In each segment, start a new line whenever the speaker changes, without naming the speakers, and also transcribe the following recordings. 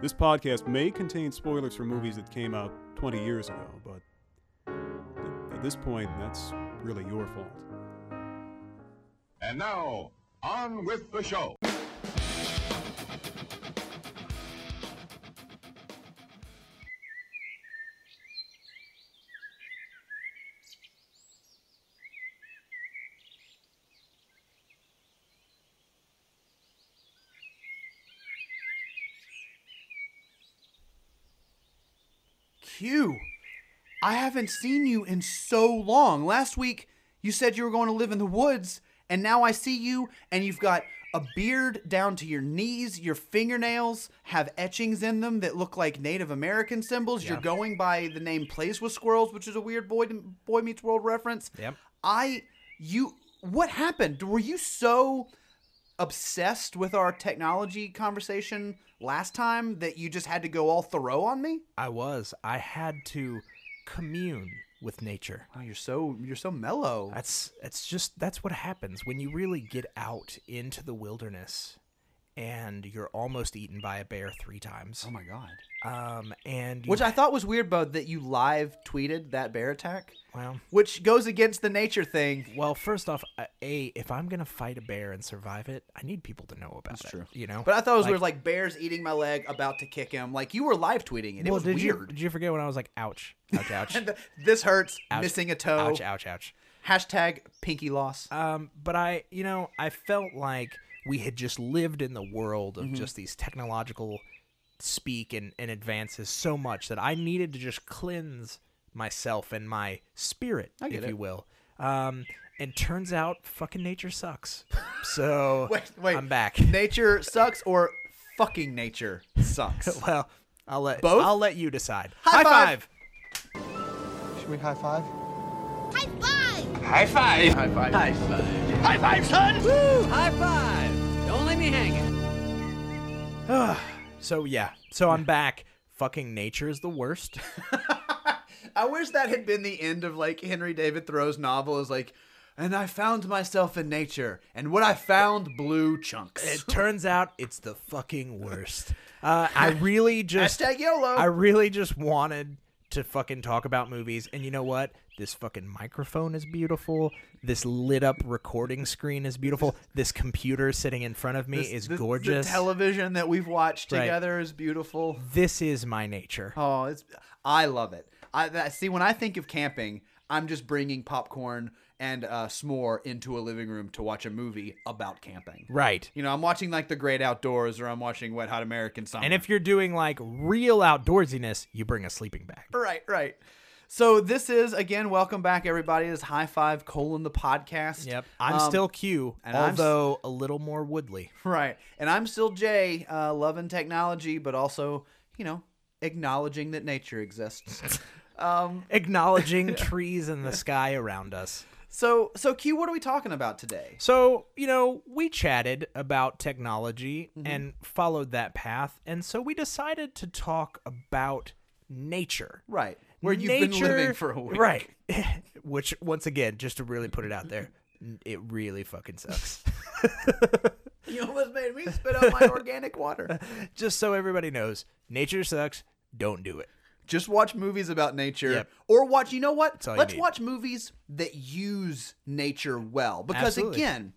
this podcast may contain spoilers for movies that came out 20 years ago, but at- at this point, that's really your fault.
And now, on with the show.
Q, I haven't seen you in so long. Last week, you said you were going to live in the woods, and now I see you, and you've got a beard down to your knees. Your fingernails have etchings in them that look like Native American symbols. You're going by the name Plays with Squirrels, which is a weird Boy, Boy Meets World reference.
Yep.
I, you, what happened? Were you so obsessed with our technology conversation last time that you just had to go all Thoreau on me?
I was. I had to commune with nature.
Oh, you're so you're so mellow.
That's that's just that's what happens when you really get out into the wilderness and you're almost eaten by a bear three times.
oh my god.
Um and you,
Which I thought was weird, Bo, that you live tweeted that bear attack,
well,
which goes against the nature thing.
well, first off, uh, a if I'm gonna fight a bear and survive it, I need people to know about it. True. You know.
But I thought it was weird, like bears eating my leg, about to kick him. Like you were live tweeting it. It
well,
was
did you
weird.
did you forget when I was like, ouch, ouch, ouch,
And the- this hurts.
ouch,
Missing a toe.
ouch, ouch, ouch.
Hashtag pinky loss.
Um, but I, you know, I felt like we had just lived in the world
Mm-hmm.
of just these technological speak and, and advances so much that I needed to just cleanse myself and my spirit, if you will. Um, and turns out fucking nature sucks. So
Wait, wait.
I'm back.
nature sucks, or fucking nature sucks.
well, I'll let
Both?
I'll let you decide.
High five!
Should we high five?
High five!
So yeah, so I'm back. Fucking nature is the worst.
I wish that had been the end of like Henry David Thoreau's novel. Is like, and I found myself in nature, and what I found blew chunks.
It turns out it's the fucking worst. Uh, I really just
Hashtag YOLO.
I really just wanted to fucking talk about movies, and you know what? This fucking microphone is beautiful. This lit up recording screen is beautiful. This computer sitting in front of me
This-
is
this-
gorgeous.
The television that we've watched
Right.
together is beautiful.
this is my nature.
Oh, it's I love it. I that, see when I think of camping, I'm just bringing popcorn and uh, s'more into a living room to watch a movie about camping.
Right.
You know, I'm watching like The Great Outdoors, or I'm watching Wet Hot American Summer.
And if you're doing like real outdoorsiness, you bring a sleeping bag.
right, right. So this is again, welcome back, everybody. This is High Five colon the podcast.
Yep. I'm
Um,
still Q,
and I'm s-
although a little more woodly.
Right. And I'm still Jay, uh, loving technology, but also, you know, acknowledging that nature exists. um,
Acknowledging trees and the sky around us.
so, so Q, what are we talking about today?
So, you know, we chatted about technology
Mm-hmm.
and followed that path. And so we decided to talk about nature.
Right. Where you've been living for a week.
Right. Which, once again, just to really put it out there, n- it really fucking sucks.
You almost made me spit out my organic water.
just so everybody knows, nature sucks. Don't do it.
Just watch movies about nature
Yep.
or watch, you know what?
all you
Let's
need.
watch movies that use nature well. Because
Absolutely.
again,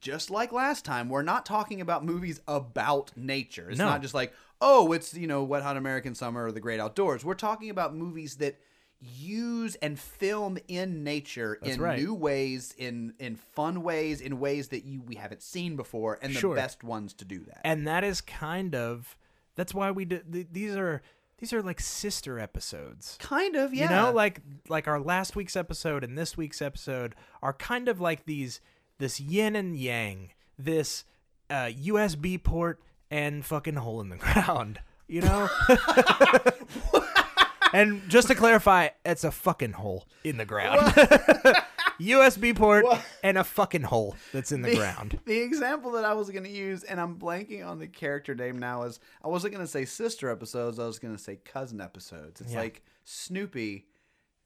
just like last time, we're not talking about movies about nature. It's
No.
not just like, oh, it's, you know, Wet Hot American Summer or The Great Outdoors. We're talking about movies that use and film in nature in
right.
new ways, in in fun ways, in ways that you we haven't seen before, and the
Sure.
best ones to do that.
and that is kind of that's why we did th- these are these are like sister episodes
kind of, yeah.
You know, like like our last week's episode and this week's episode are kind of like these this yin and yang, this uh, USB port and fucking hole in the ground. You know, And just to clarify, it's a fucking hole in the ground. USB port and a fucking hole that's in the ground.
The example that I was going to use, and I'm blanking on the character name now, is I wasn't going to say sister episodes. I was going to say cousin episodes. It's like Snoopy.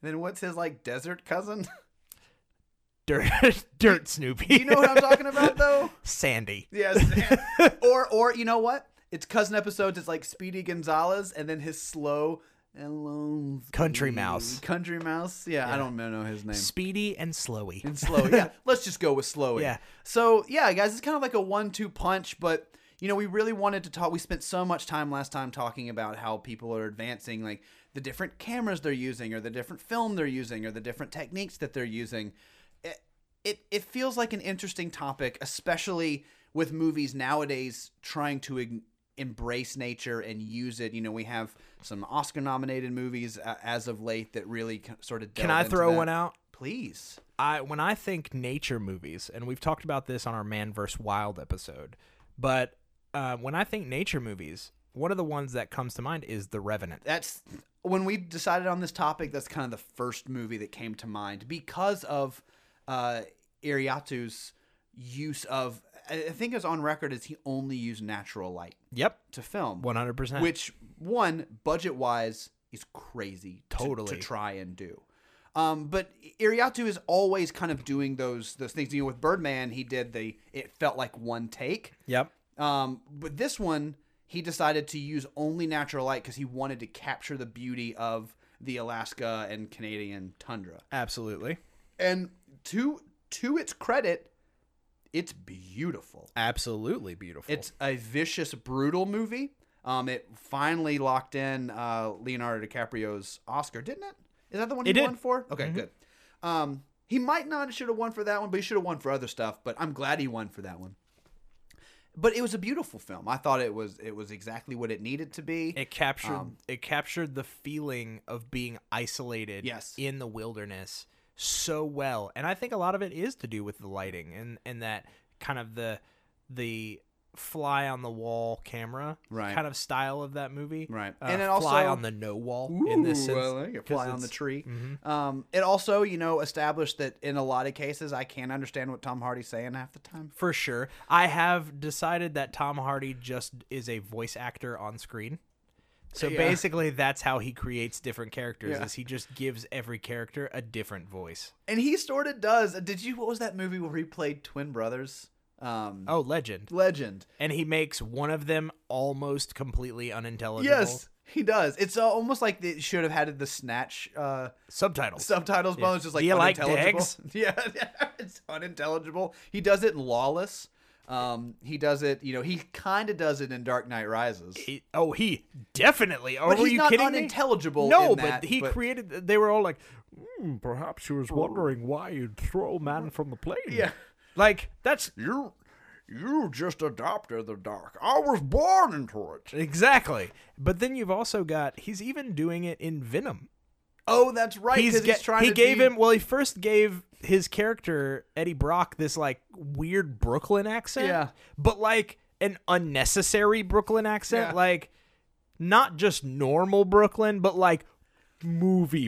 Then what's his like desert cousin?
Dirt, dirt, Snoopy.
you know what I'm talking about, though.
Sandy.
Yes. or or you know what? It's cousin episodes. It's like Speedy Gonzalez, and then his slow and lonely
Country mouse.
Country mouse. Yeah, I don't know his name.
Speedy and Slowy.
and slow. Yeah, let's just go with slow.
Yeah.
So yeah, guys, it's kind of like a one-two punch, but you know, we really wanted to talk. We spent so much time last time talking about how people are advancing, like the different cameras they're using, or the different film they're using, or the different techniques that they're using. It it, it feels like an interesting topic, especially with movies nowadays trying to. Ign- embrace nature and use it you know we have some oscar nominated movies uh, as of late that really c- sort of
Can
delve
I
into
throw
that.
one out?
please
I when I think nature movies, and we've talked about this on our Man vs. Wild episode, but uh, when I think nature movies, one of the ones that comes to mind is The Revenant.
that's when we decided on this topic. That's kind of the first movie that came to mind because of uh, Iriatu's use of. I I think it's on record as he only used natural light
Yep,
to film,
one hundred percent.
which one budget wise is crazy to- to,
Totally.
try and do. Um, but Iriatu is always kind of doing those those things. You know, with Birdman, he did the it felt like one take.
yep,
Um, but this one, he decided to use only natural light because he wanted to capture the beauty of the Alaska and Canadian tundra.
absolutely,
And to to its credit, it's beautiful.
absolutely beautiful.
It's a vicious, brutal movie. Um, it finally locked in uh, Leonardo DiCaprio's Oscar, didn't it? Is that the one he
It did. Mm-hmm.
won for? Okay, good. Um, he might not should have won for that one, but he should have won for other stuff. But I'm glad he won for that one. But it was a beautiful film. I thought it was it was exactly what it Um, needed to be.
It captured it captured the feeling of being isolated
Yes.
in the wilderness so well. And I think a lot of it is to do with the lighting and and that kind of the the fly on the wall camera
Right.
kind of style of that movie.
Right.
Uh,
And it
fly
also-
on the no wall in this
Ooh,
sense.
I like it.
'cause
fly on the
it's- Mm-hmm.
tree. Um, it also, you know, established that in a lot of cases, I can't understand what Tom Hardy's saying half the time.
For sure. I have decided that Tom Hardy just is a voice actor on screen. So
Yeah.
basically that's how he creates different characters
Yeah.
is he just gives every character a different voice.
And he sort of does. Uh, Did you? What was that movie where he played twin brothers? Um,
Oh, legend.
Legend.
and he makes one of them almost completely unintelligible.
Yes, he does. It's uh, almost like they should have had the snatch uh,
subtitles.
subtitles
Yeah.
bonus, just like
Do you like
unintelligible.
eggs?
Yeah, it's unintelligible. He does it in Lawless. Um, he does it. You know, he kind of does it in Dark Knight Rises.
He- oh, he definitely. Oh,
But
were
he's
you
not
kidding
unintelligible
Me? No,
in that,
but he
but-
created. They were all like, "Hmm, perhaps he was wondering why you'd throw man from the plane.
Yeah.
like that's
You, you just adopted the dark. I was born into it.
exactly. But then you've also got he's even doing it in Venom.
Oh, that's right. 'cause He's,
ga-
trying.
he
to
gave
be-
him well he first gave his character eddie brock this like weird brooklyn accent
Yeah.
but like an unnecessary brooklyn accent
Yeah.
like not just normal brooklyn but like movie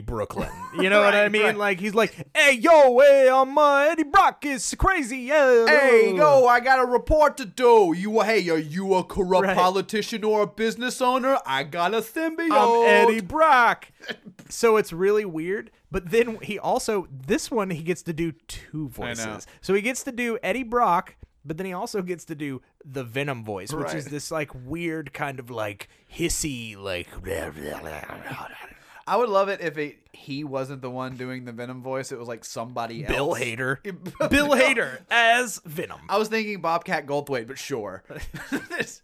brooklyn you know what i
Right,
mean
right.
like he's like hey yo hey i'm uh, eddie brock is crazy yeah
Hey, yo, I got a report to do. You, hey, are you a corrupt
Right.
politician or a business owner? I got a symbiote.
I'm Eddie Brock. So it's really weird. But then he also this one he gets to do two voices. So he gets to do Eddie Brock, but then he also gets to do the Venom voice, which is this like weird kind of like hissy like
I would love it if it he wasn't the one doing the Venom voice. It was like somebody
Bill
else.
Hader.
Bill-
Bill Hader Oh, as Venom.
I was thinking Bobcat Goldthwait, but sure.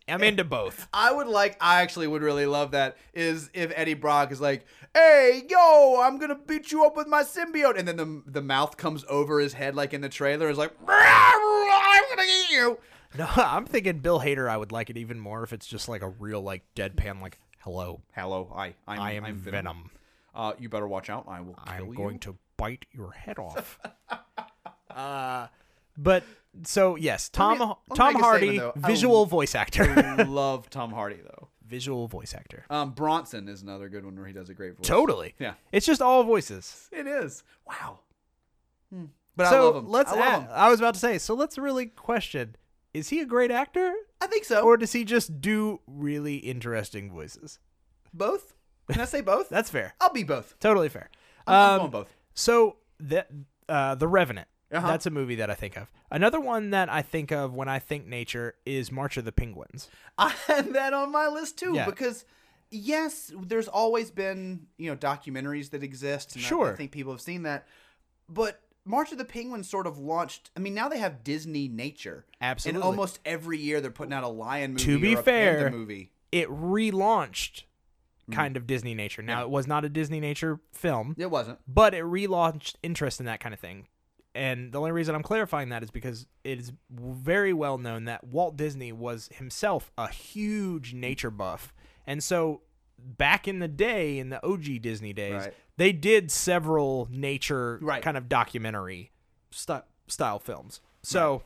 I'm into both.
I would like. I actually would really love that. Is if Eddie Brock is like, "Hey, yo, I'm gonna beat you up with my symbiote," and then the the mouth comes over his head like in the trailer is like, "I'm gonna eat you."
No, I'm thinking Bill Hader I would like it even more if it's just like a real like deadpan like hello.
Hello, I I'm,
I am
I'm
Venom.
Uh, you better watch out. I will. Kill
I'm
you.
going to bite your head off. uh, but so yes, Tom
me- let me
Tom
make a
Hardy,
statement, though. I
visual voice actor.
love Tom Hardy though.
visual voice actor.
Um, Bronson is another good one where he does a great voice.
Totally.
Yeah.
It's just all voices.
It is. Wow. But
Hmm. so
I love him.
let's
I love
add-
him.
I was about to say, so let's really question is he a great actor
I think so.
or does he just do really interesting voices?
both? Can I say both?
That's Um, fair.
I'll be both.
Totally fair.
I'm, I'm going both.
So the uh, the Revenant.
Uh-huh.
That's a movie that I think of. Another one that I think of when I think nature is March of the Penguins.
I had that on my list too
Yeah.
because yes, there's always been you know documentaries that exist. And I- I,
Sure.
think people have seen that, but March of the Penguins sort of launched. I mean, now they have Disney Nature,
Absolutely.
and almost every year they're putting out a lion movie.
To be
or a
fair,
panda movie.
It relaunched kind of Disney nature. Now
Mm. Yeah.
it was not a Disney nature film,
It wasn't.
but it relaunched interest in that kind of thing. And the only reason I'm clarifying that is because it is very well known that Walt Disney was himself a huge nature buff. And so back in the day, in the OG Disney days,
Right.
they did several nature
Right.
kind of documentary sti- style films. So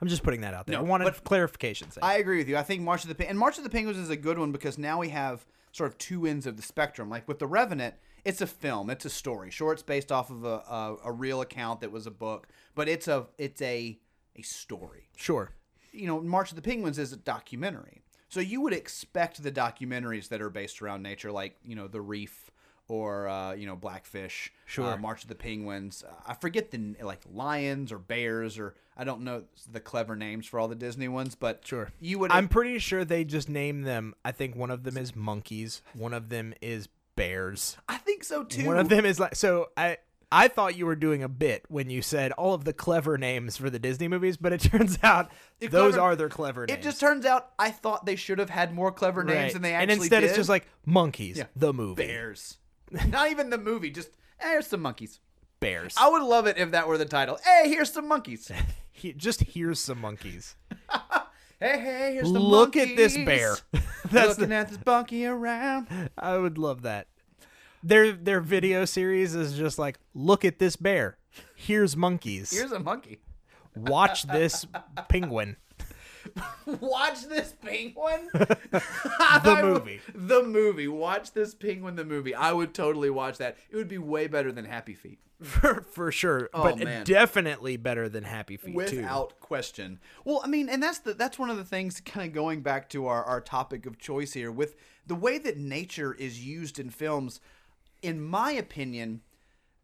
I'm just putting that out there.
No,
I wanted
but-
clarification.
I agree with you. I think March of the Pe- and March of the Penguins is a good one because now we have sort of two ends of the spectrum. Like with the Revenant, it's a film, it's a story. Sure, it's based off of a, a, a real account that was a book, but it's a it's a a story.
sure.
You know, March of the Penguins is a documentary, so you would expect the documentaries that are based around nature, like you know, The Reef or uh, you know, Blackfish.
Sure.
uh, March of the Penguins. Uh, I forget the n- like lions or bears or I don't know the clever names for all the Disney ones, but
Sure.
you would.
I'm pretty sure they just name them. I think one of them is monkeys. One of them is bears.
I think so too.
One of them is like so. I I thought you were doing a bit when you said all of the clever names for the Disney movies, but it turns out
The
those
clever-
are their clever names.
It just turns out I thought they should have had more clever names
Right.
than they actually
And instead, it's
did.
just like monkeys.
Yeah.
The movie
bears. Not even the movie, just eh, here's some monkeys.
bears.
I would love it if that were the title. Hey, here's some monkeys. hey,
He, just here's some monkeys.
hey, here's some
Look
monkeys.
at this bear. That's
Looking at this monkey around.
I would love that. Their their video series is just like look at this bear. Here's monkeys.
Here's a monkey.
Watch this penguin.
Watch this penguin.
The
I would-
movie.
The movie. Watch this penguin. The movie. I would totally watch that. It would be way better than Happy Feet.
for, for sure, but
Oh, man.
definitely better than Happy Feet too.
without question well i mean and that's the that's one of the things kind of going back to our, our topic of choice here with the way that nature is used in films in my opinion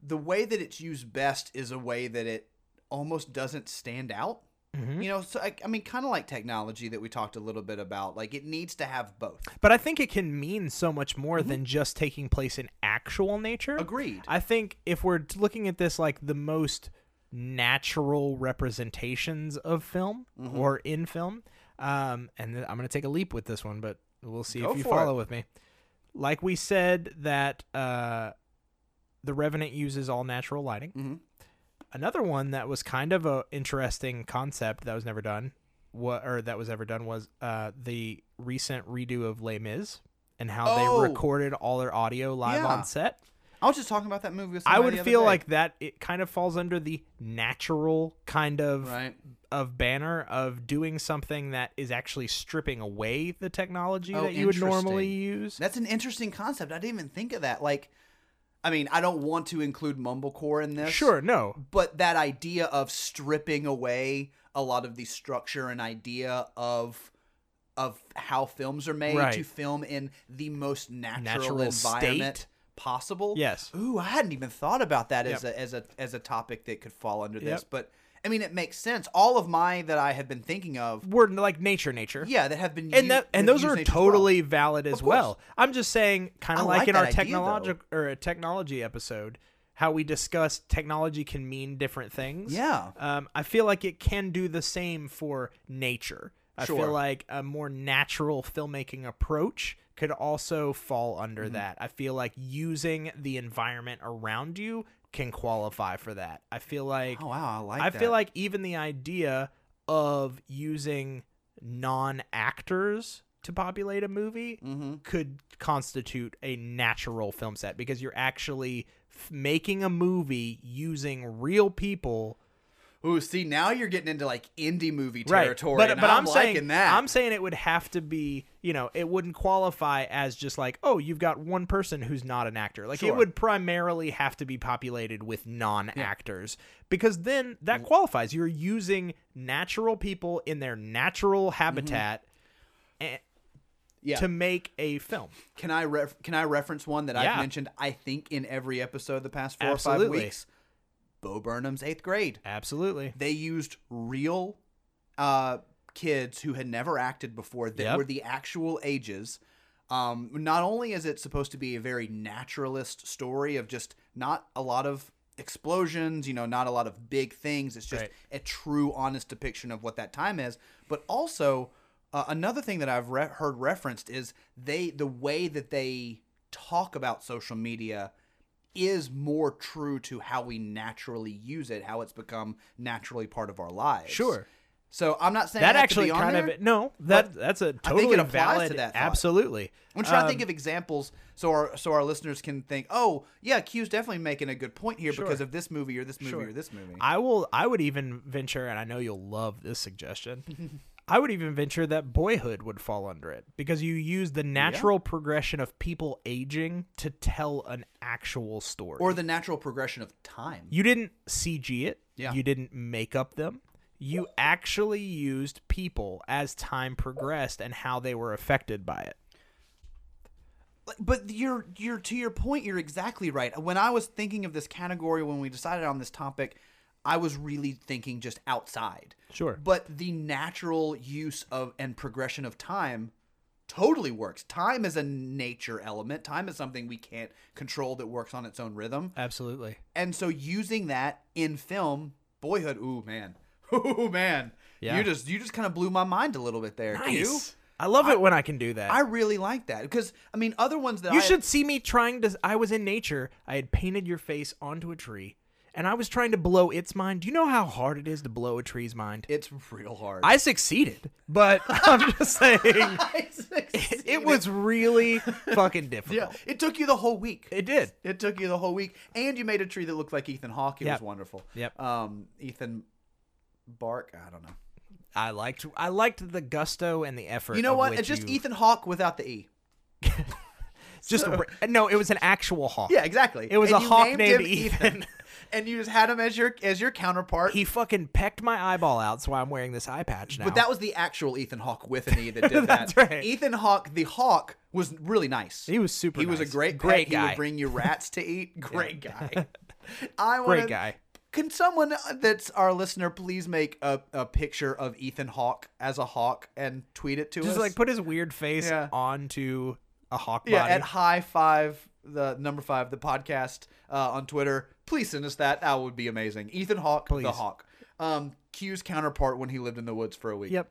the way that it's used best is a way that it almost doesn't stand out
Mm-hmm.
you know so i, I mean kind of like technology that we talked a little bit about like it needs to have both
But I think it can mean so much more than just taking place in actual nature.
Mm-hmm. Agreed.
I think if we're t- looking at this like the most natural representations of film
Mm-hmm.
or in film, um, and th- I'm going to take a leap with this one, but we'll see
Go
if you
for it.
follow with me. Like we said that uh, the Revenant uses all natural lighting. Another one that was kind of a interesting concept that was never done, wa or that was ever done was uh, the recent redo of Les Mis and how
Oh.
they recorded all their audio live
Yeah.
on set.
i was just talking about that movie with
I
somebody the
would
other
feel
day.
like that it kind of falls under the natural kind of
right
of banner of doing something that is actually stripping away the technology
Oh,
that you would normally
interesting.
use.
That's an interesting concept. I didn't even think of that. Like, I mean, I don't want to include mumblecore in this.
Sure, no.
But that idea of stripping away a lot of the structure and idea of of how films are made
Right.
to film in the most natural,
Natural state.
environment possible.
Yes.
Ooh, I hadn't even thought about that as a as a as a topic that could fall under this.
Yep.
But I mean, it makes sense. All of my that I have been thinking of,
We're like nature nature.
yeah, that have been
and
u-
that and
have
those
used
are
nature as well.
totally valid as
course.
well. I'm just saying, kind
I
of like,
like
in
that
our
idea,
technologic or a technology episode, how we discuss technology can mean different things.
Yeah.
um, I feel like it can do the same for nature. I
Sure.
feel like a more natural filmmaking approach could also fall under
Mm-hmm.
that. I feel like using the environment around you can qualify for that. I feel like
Oh wow, I like.
I
that.
feel like even the idea of using non actors to populate a movie
Mm-hmm.
could constitute a natural film set because you're actually f- making a movie using real people
Ooh, see, now you're getting into like indie movie
right.
territory.
But
and
but
I'm,
saying
liking that.
I'm saying it would have to be, you know, it wouldn't qualify as just like, oh, you've got one person who's not an actor. Like
Sure.
it would primarily have to be populated with non-actors because then that
Mm-hmm.
qualifies. You're using natural people in their natural habitat a-
Mm-hmm. yeah.
to make a film.
Can I ref- can I reference one that I've
Yeah.
mentioned? I think in every episode the past four or
Absolutely.
five weeks. Bo Burnham's Eighth Grade.
Absolutely.
They used real uh, kids who had never acted before that
Yep.
were the actual ages. Um, not only is it supposed to be a very naturalist story of just not a lot of explosions, you know, not a lot of big things. It's just
Right.
a true, honest depiction of what that time is. But also, uh, another thing that I've re- heard referenced is they the way that they talk about social media is more true to how we naturally use it, how it's become naturally part of our lives.
Sure.
So I'm not saying
That
it has
actually
to be on
kind
there.
of no. That
but
that's a
I
totally
think it applies
valid.
to that thought.
absolutely.
I'm trying
Um,
to think of examples so our so our listeners can think, oh yeah, Q's definitely making a good point here because
Sure.
of this movie or this movie
Sure.
or this movie.
I will. I would even venture, and I know you'll love this suggestion. I would even venture that Boyhood would fall under it because you use the natural progression of people aging to tell an actual story.
or the natural progression of time.
you didn't CG it.
Yeah.
You didn't make up them. You actually used people as time progressed and how they were affected by it.
Like, but you're you're to your point you're exactly right when i was thinking of this category when we decided on this topic i was really thinking just outside
Sure.
but the natural use of and progression of time totally works time is a nature element time is something we can't control that works on its own rhythm
Absolutely.
and so using that in film boyhood ooh man ooh man
Yeah.
you just you just kind of blew my mind a little bit there Q.
I love it when I can do that.
i really like that because i mean other ones that
You
I,
should see me trying to. I was in nature. I had painted your face onto a tree, and I was trying to blow its mind. Do you know how hard it is to blow a tree's mind?
it's real hard
I succeeded, but I'm just saying
it,
it was really fucking difficult.
It took you the whole week.
It did.
It took you the whole week, and you made a tree that looked like Ethan Hawke. It
Yep.
was wonderful.
Yep.
Um, Ethan Bark. I don't know.
I liked. I liked the gusto and the effort.
You know
of
what?
which
It's just
you-
Ethan Hawke without the e.
Just a- no. It was an actual hawk.
Yeah, exactly.
It was
And
a
you
hawk
named
named
him
Ethan.
and you just had him as your as your counterpart.
He fucking pecked my eyeball out, so I'm wearing this eye patch now.
but that was the actual Ethan Hawke with an E that did
That's
that.
right.
Ethan Hawke, the Hawk, was really nice.
He was super
He was a
nice.
great,
Great
pet. He
guy.
would bring you rats to eat. Great guy. I want
Great guy.
Can someone uh, that's our listener please make a, a picture of Ethan Hawke as a hawk and tweet it to us?
just like put his weird face
Yeah.
onto a hawk body.
yeah at high five the number five the podcast uh, on Twitter. Please send us that. That would be amazing. Ethan Hawke, the
Please.
hawk. Um, Q's counterpart when he lived in the woods for a week.
yep.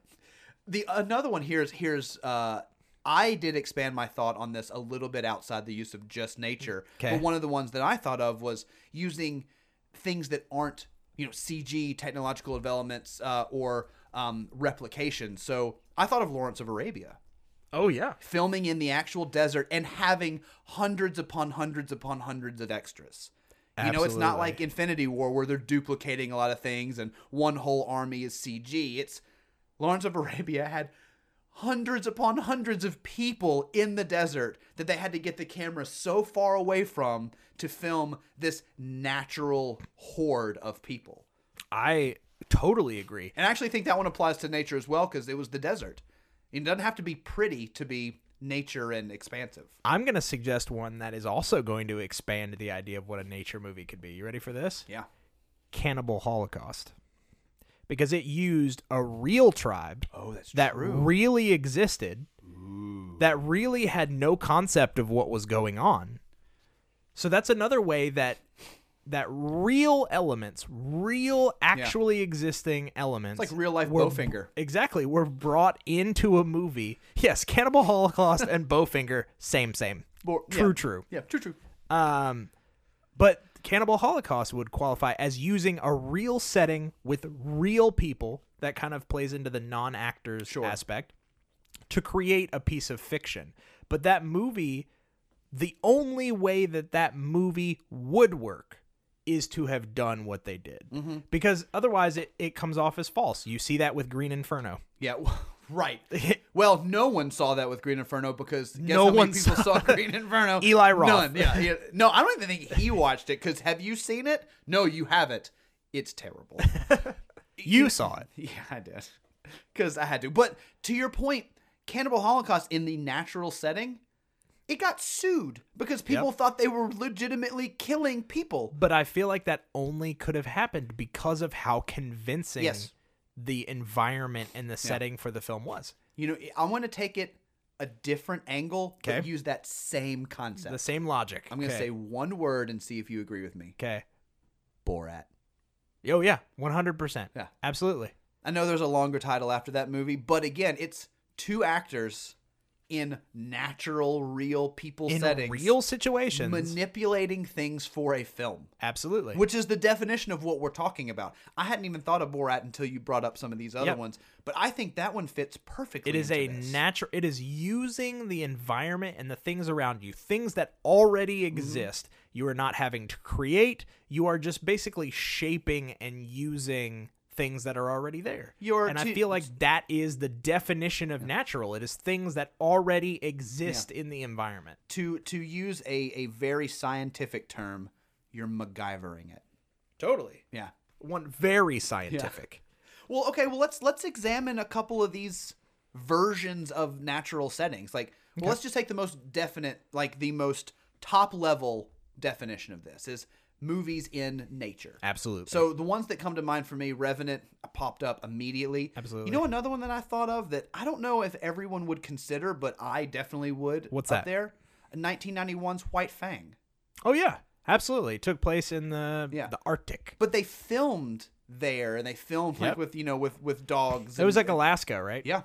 the another one here is here's uh I did expand my thought on this a little bit outside the use of just nature.
Okay.
But one of the ones that I thought of was using things that aren't, you know, CG technological developments uh, or um, replication. So I thought of Lawrence of Arabia
Oh yeah.
filming in the actual desert and having hundreds upon hundreds upon hundreds of extras. You know, it's not
Absolutely.
like Infinity War where they're duplicating a lot of things and one whole army is CG. It's Lawrence of Arabia had hundreds upon hundreds of people in the desert that they had to get the camera so far away from to film this natural horde of people.
I totally agree.
And I actually think that one applies to nature as well because it was the desert. It doesn't have to be pretty to be nature and expansive.
I'm going to suggest one that is also going to expand the idea of what a nature movie could be. You ready for this?
Yeah.
Cannibal Holocaust. Because it used a real tribe
Oh,
that really existed, that really had no concept of what was going on. So that's another way that that real elements, real actually existing elements,
like real-life
were-
Bowfinger.
Exactly, were brought into a movie. Yes, Cannibal Holocaust and Bowfinger, same, same. true, true.
Yeah, true, true.
Um, but Cannibal Holocaust would qualify as using a real setting with real people. That kind of plays into the non actors aspect to create a piece of fiction. But that movie, the only way that that movie would work is to have done what they did because otherwise it, it comes off as false you see that with green inferno
Yeah, w- right. Well, no one saw that with Green Inferno because guess how
No
many
one
people saw,
saw
Green Inferno?
Eli Roth.
None. Yeah, yeah. No, I don't even think he watched it because have you seen it? No, you haven't. It's terrible.
you saw it
yeah, I did. Because I had to. But to your point, Cannibal Holocaust in the natural setting, it got sued because people thought they were legitimately killing people.
but i feel like that only could have happened because of how convincing
Yes.
the environment and the setting for the film was
You know, I want to take it a different angle, but
Okay.
use that same concept.
the same logic
I'm going to
Okay.
say one word and see if you agree with me.
okay
Borat.
oh yeah 100%
Yeah.
absolutely
I know there's a longer title after that movie, but again, it's two actors in natural, real people
in
settings,
real situations
manipulating things for a film,
absolutely
which is the definition of what we're talking about. I hadn't even thought of Borat until you brought up some of these other
Yep.
ones, but I think that one fits perfectly.
It is
into
a
this.
natural. It is using the environment and the things around you, things that already
Mm-hmm.
exist. You are not having to create. You are just basically shaping and using things that are already there.
You're
and I
to-
feel like that is the definition of natural. It is things that already exist in the environment.
to to use a a very scientific term. You're MacGyvering it.
Totally.
Yeah.
One very scientific.
Well, okay. Well, let's let's examine a couple of these versions of natural settings. Like, well, let's just take the most definite, like the most top level definition of this is movies in nature.
Absolutely.
So the ones that come to mind for me, Revenant uh, popped up immediately.
Absolutely.
You know another one that I thought of that I don't know if everyone would consider, but I definitely would.
What's
up
that?
There, 1991's White Fang.
oh yeah, absolutely. It took place in the
Yeah.
the Arctic.
But they filmed there, and they filmed like
Yep.
with you know with with dogs.
It was
and-
like Alaska, right?
Yeah.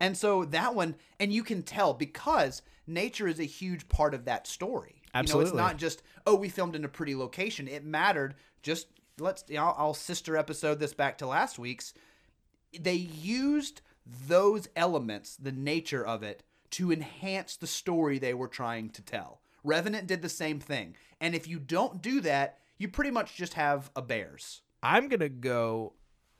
And so that one, and you can tell because nature is a huge part of that story. You
Absolutely.
know, it's not just, oh, we filmed in a pretty location. It mattered. Just let's, you know, I'll, I'll sister episode this back to last week's. They used those elements, the nature of it, to enhance the story they were trying to tell. Revenant did the same thing. And if you don't do that, you pretty much just have a bears.
I'm gonna go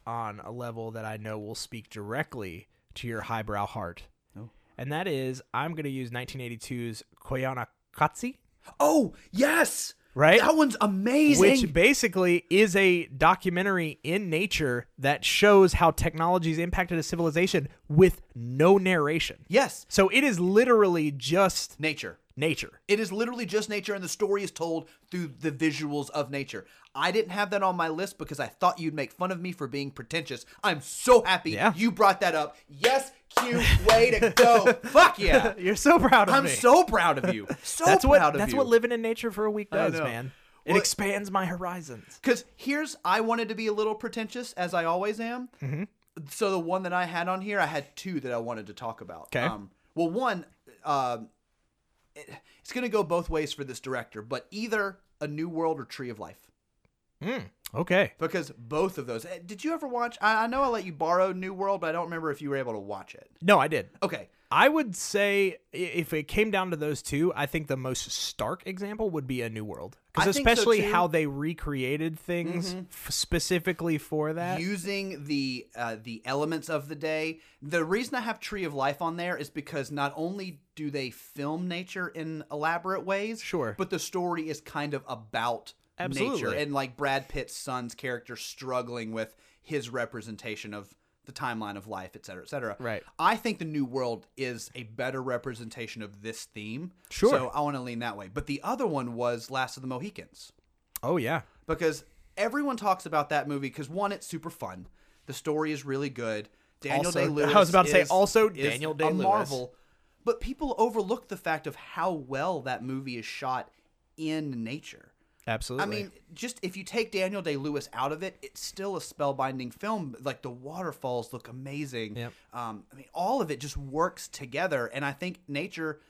on a level that I know will speak directly to your highbrow heart.
Oh.
And that is, I'm gonna use 1982's Koyana Katsi,
Oh, yes.
Right?
That one's amazing.
which basically is a documentary in nature that shows how technology's impacted a civilization with no narration.
yes.
So it is literally just
Nature.
nature.
It is literally just nature, and the story is told through the visuals of nature. I didn't have that on my list because I thought you'd make fun of me for being pretentious. I'm so happy
Yeah.
you brought that up. Yes, Q, way to go. Fuck yeah.
You're so proud of
I'm
me.
so proud of you. So
that's what
proud of
that's
you.
what living in nature for a week does,
know.
man. It expands my horizons.
Because here's, I wanted to be a little pretentious, as I always am. So the one that I had on here, I had two that I wanted to talk about.
'Kay.
well, one, um, it- it's going to go both ways for this director, but either A New World or Tree of Life.
Okay.
because both of those. eh, Did you ever watch? I, I know I let you borrow New World, but I don't remember if you were able to watch it.
No, I did.
Okay,
I would say i- if it came down to those two, I think the most stark example would be A New World,
I
because
think so,
especially
too. Mm-hmm.
how they recreated things f- specifically for that.
using the uh, the elements of the day. The reason I have Tree of Life on there is because not only do they film nature in elaborate ways,
Sure.
but the story is kind of about nature
Absolutely.
and like Brad Pitt's son's character struggling with his representation of the timeline of life, et cetera, et cetera.
Right.
I think the New World is a better representation of this theme.
Sure.
So I want to lean that way. But the other one was Last of the Mohicans
oh yeah,
because everyone talks about that movie because one, it's super fun. The story is really good. Daniel
Also-
Day Lewis.
I was about to say,
is,
also
is
Daniel Day
a
Lewis.
marvel. But people overlook the fact of how well that movie is shot in nature.
absolutely.
I mean, just if you take Daniel Day Lewis out of it, it's still a spellbinding film. Like the waterfalls look amazing.
Yep.
Um, I mean, all of it just works together, and I think nature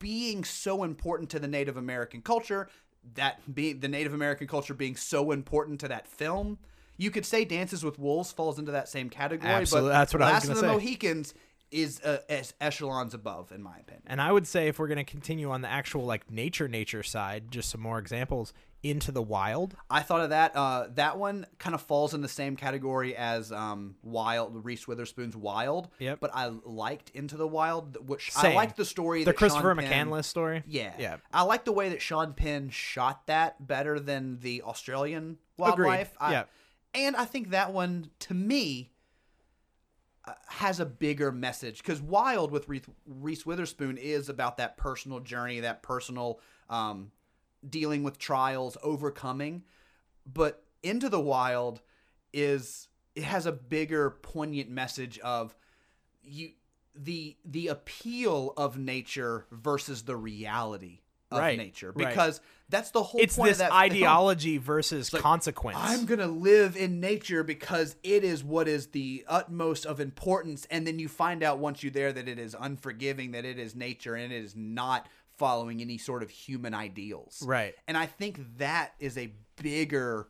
being so important to the Native American culture, that being the Native American culture being so important to that film. You could say Dances with Wolves falls into that same category,
Absolute-
but
that's what I was
Last
gonna
of the
say.
Mohicans is uh, es- echelons above, in my opinion.
And I would say if we're going to continue on the actual like nature nature side, just some more examples into the wild.
I thought of that. Uh, that one kind of falls in the same category as um, Wild Reese Witherspoon's Wild.
Yep.
But I liked Into the Wild, which I
Same.
liked the story.
The
that
Christopher
Sean Penn,
McCandless story.
Yeah.
Yeah.
I like the way that Sean Penn shot that better than the Australian wildlife. I-
Yeah.
And I think that one, to me, uh, has a bigger message because Wild with Reese- Reese Witherspoon is about that personal journey, that personal um, dealing with trials, overcoming. But Into the Wild is it has a bigger poignant message of you the the appeal of nature versus the reality of
Right,
nature
right.
because that's the whole
It's
point
this
of that film.
ideology versus consequence.
I'm going to live in nature because it is what is the utmost of importance. And then you find out once you're there that it is unforgiving, that it is nature, and it is not following any sort of human ideals.
Right.
And I think that is a bigger,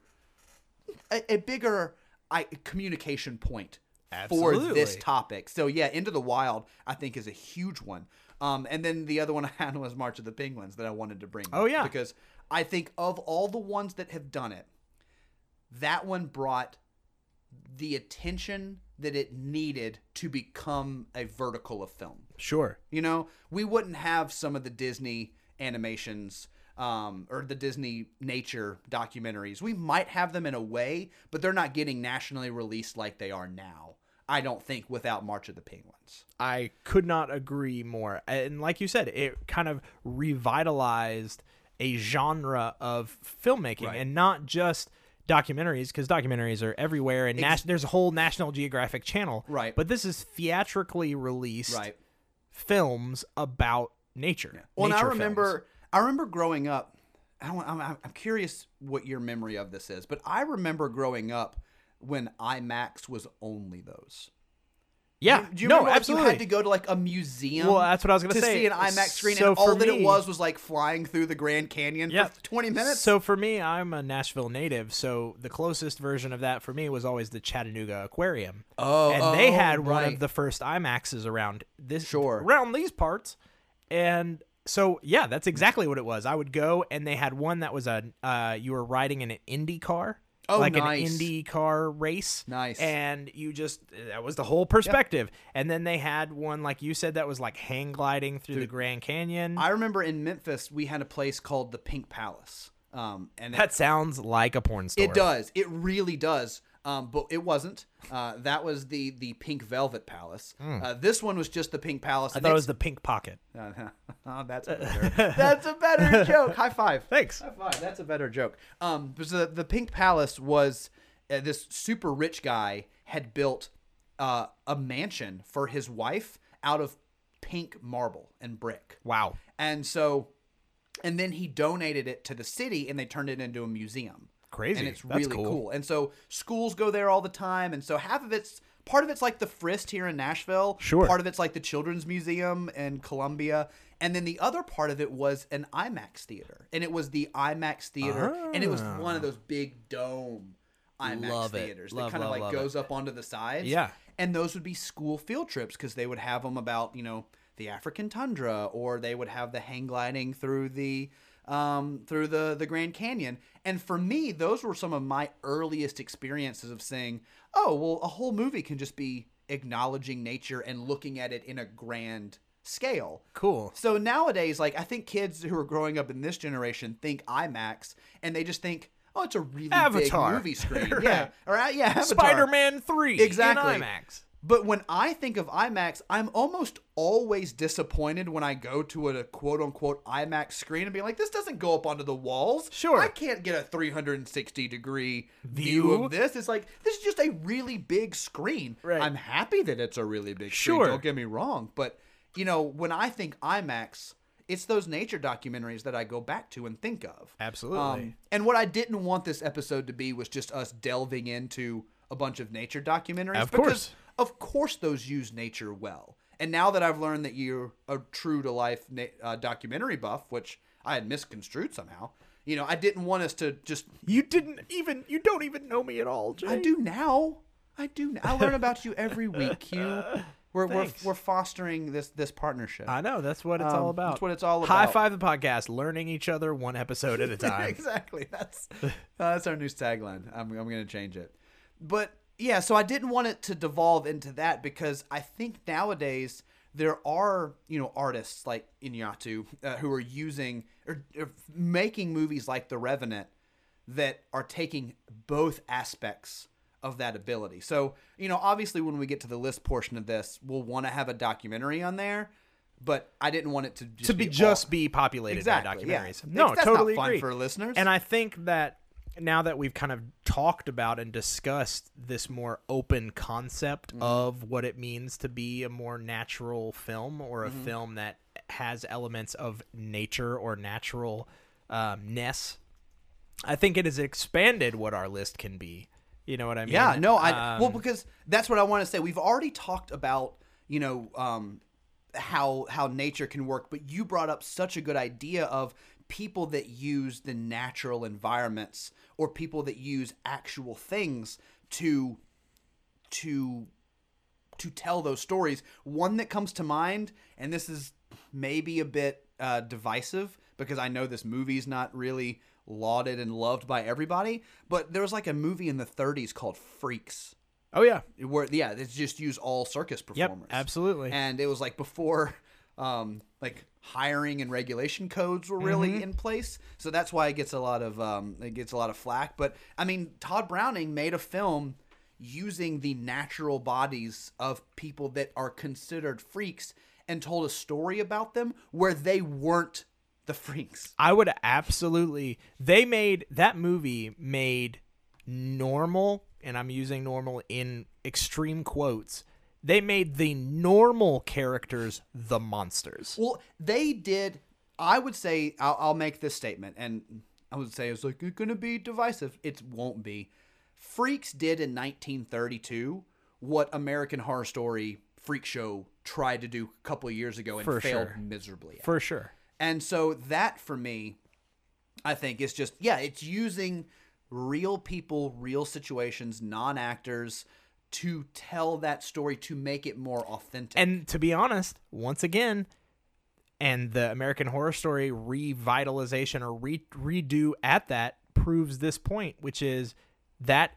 a, a bigger I, communication point for this
Absolutely.
topic. So yeah, Into the Wild I think is a huge one. Um, and then the other one I had was March of the Penguins that I wanted to bring.
Oh,
up
yeah.
because I think of all the ones that have done it, that one brought the attention that it needed to become a vertical of film.
sure.
You know, we wouldn't have some of the Disney animations um, or the Disney nature documentaries. We might have them in a way, but they're not getting nationally released like they are now. I don't think without March of the Penguins.
I could not agree more. And like you said, it kind of revitalized a genre of filmmaking and not just documentaries because documentaries are everywhere and nas- there's a whole National Geographic channel.
Right.
But this is theatrically released
Right.
films about nature.
Well, and I
nature films.
remember, I remember growing up. I don't, I'm, I'm I'm curious what your memory of this is, but I remember growing up when IMAX was only those.
Yeah.
Do you
no,
remember like,
absolutely.
you had to go to like a museum?
Well, that's what I was gonna
to
say.
see an IMAX screen,
So
and all
for
that it
me-
was was like flying through the Grand Canyon
Yeah.
for 20 minutes.
So for me, I'm a Nashville native, so the closest version of that for me was always the Chattanooga Aquarium.
Oh,
and they
oh,
had one
right.
of the first IMAXs around this
Sure.
around these parts, and so yeah, that's exactly what it was. I would go, and they had one that was a uh, you were riding in an Indy car.
Oh,
like
nice.
an Indy car race.
Nice.
And you just, that was the whole perspective. And then they had one, like you said, that was like hang gliding through the Grand Canyon.
I remember in Memphis we had a place called the Pink Palace, um, and it-
that sounds like a porn store.
It does. It really does. Um, but it wasn't. Uh, that was the the Pink Velvet Palace. Uh, this one was just the Pink Palace.
Hmm. I thought it was the pink pocket.
that's better. that's a better joke. High five.
Thanks.
High five. That's a better joke. Um, because the the Pink Palace was uh, this super rich guy had built uh, a mansion for his wife out of pink marble and brick.
Wow.
And so, and then he donated it to the city, and they turned it into a museum.
Crazy.
And it's
That's
really
cool.
cool. And so schools go there all the time, and so half of it's part of it's like the Frist here in Nashville.
Sure.
Part of it's like the Children's Museum in Columbia, and then the other part of it was an IMAX theater, and it was the IMAX theater, and it was one of those big dome IMAX
Ah. Love it.
theaters
Love,
that kind of
love,
like
love
goes up onto the sides.
Yeah.
And those would be school field trips because they would have them about, you know, the African tundra or they would have the hang gliding through the um, through the the Grand Canyon. And for me, those were some of my earliest experiences of saying, oh, well, a whole movie can just be acknowledging nature and looking at it in a grand scale.
Cool.
So nowadays, like I think kids who are growing up in this generation think IMAX and they just think, oh, it's a really
Avatar.
big movie screen. Yeah. Or uh, yeah, Avatar.
Spider-Man 3
Exactly.
in IMAX.
But when I think of IMAX, I'm almost always disappointed when I go to a quote unquote IMAX screen and be like, this doesn't go up onto the walls.
Sure.
I can't get a 360 degree view,
View.
of this. It's like, this is just a really big screen.
Right.
I'm happy that it's a really big
Sure.
screen. Don't get me wrong. But, you know, when I think IMAX, it's those nature documentaries that I go back to and think of.
Absolutely.
Um, and what I didn't want this episode to be was just us delving into a bunch of nature documentaries.
Of
because
course.
of course, those use nature well. And now that I've learned that you're a true to life na- uh, documentary buff, which I had misconstrued somehow, you know, I didn't want us to just.
you didn't even you don't even know me at all, Jay.
I do now. I do now. I learn about you every week, Q. We're, we're,
Thanks.
we're fostering this this partnership.
I know that's what it's
Um,
all about.
that's what it's all
High
about.
five the podcast, learning each other one episode at a time.
exactly. That's uh, that's our new tagline. I'm I'm gonna change it. But yeah, so I didn't want it to devolve into that because I think nowadays there are you know artists like Inyatu uh, who are using or, or making movies like The Revenant that are taking both aspects of that ability. So, you know, obviously when we get to the list portion of this, we'll want to have a documentary on there, but I didn't want it to just
to be
all-
just be populated
Exactly,
by
yeah.
documentaries.
That's-
No,
that's not
totally
fun
agree.
for listeners.
And I think that now that we've kind of talked about and discussed this more open concept
Mm-hmm.
of what it means to be a more natural film or
Mm-hmm.
a film that has elements of nature or natural um, ness, I think it has expanded what our list can be. You know what I mean?
Yeah, no, I
Um,
well because that's what I want to say. We've already talked about you know um, how how nature can work, but you brought up such a good idea of people that use the natural environments or people that use actual things to to to tell those stories. One that comes to mind, and this is maybe a bit uh, divisive because I know this movie's not really lauded and loved by everybody, but there was like a movie in the 30s called Freaks.
oh yeah,
Where yeah, they just use all circus performers.
absolutely.
And it was like before, um, like hiring and regulation codes were really in place. So that's why it gets a lot of um, it gets a lot of flack. But I mean, Todd Browning made a film using the natural bodies of people that are considered freaks and told a story about them where they weren't the freaks.
I would absolutely. They made that movie made normal, and I'm using normal in extreme quotes. They made the normal characters the monsters.
Well, they did. I would say I'll, I'll make this statement, and I would say it's like it's gonna be divisive. It won't be. Freaks did in 1932 what American Horror Story Freak Show tried to do a couple of years ago and
For
failed
sure.
miserably. at.
For sure.
And so that for me, I think is just yeah, it's using real people, real situations, non actors to tell that story to make it more authentic.
And to be honest, once again, and the American Horror Story revitalization or re- redo at that proves this point, which is that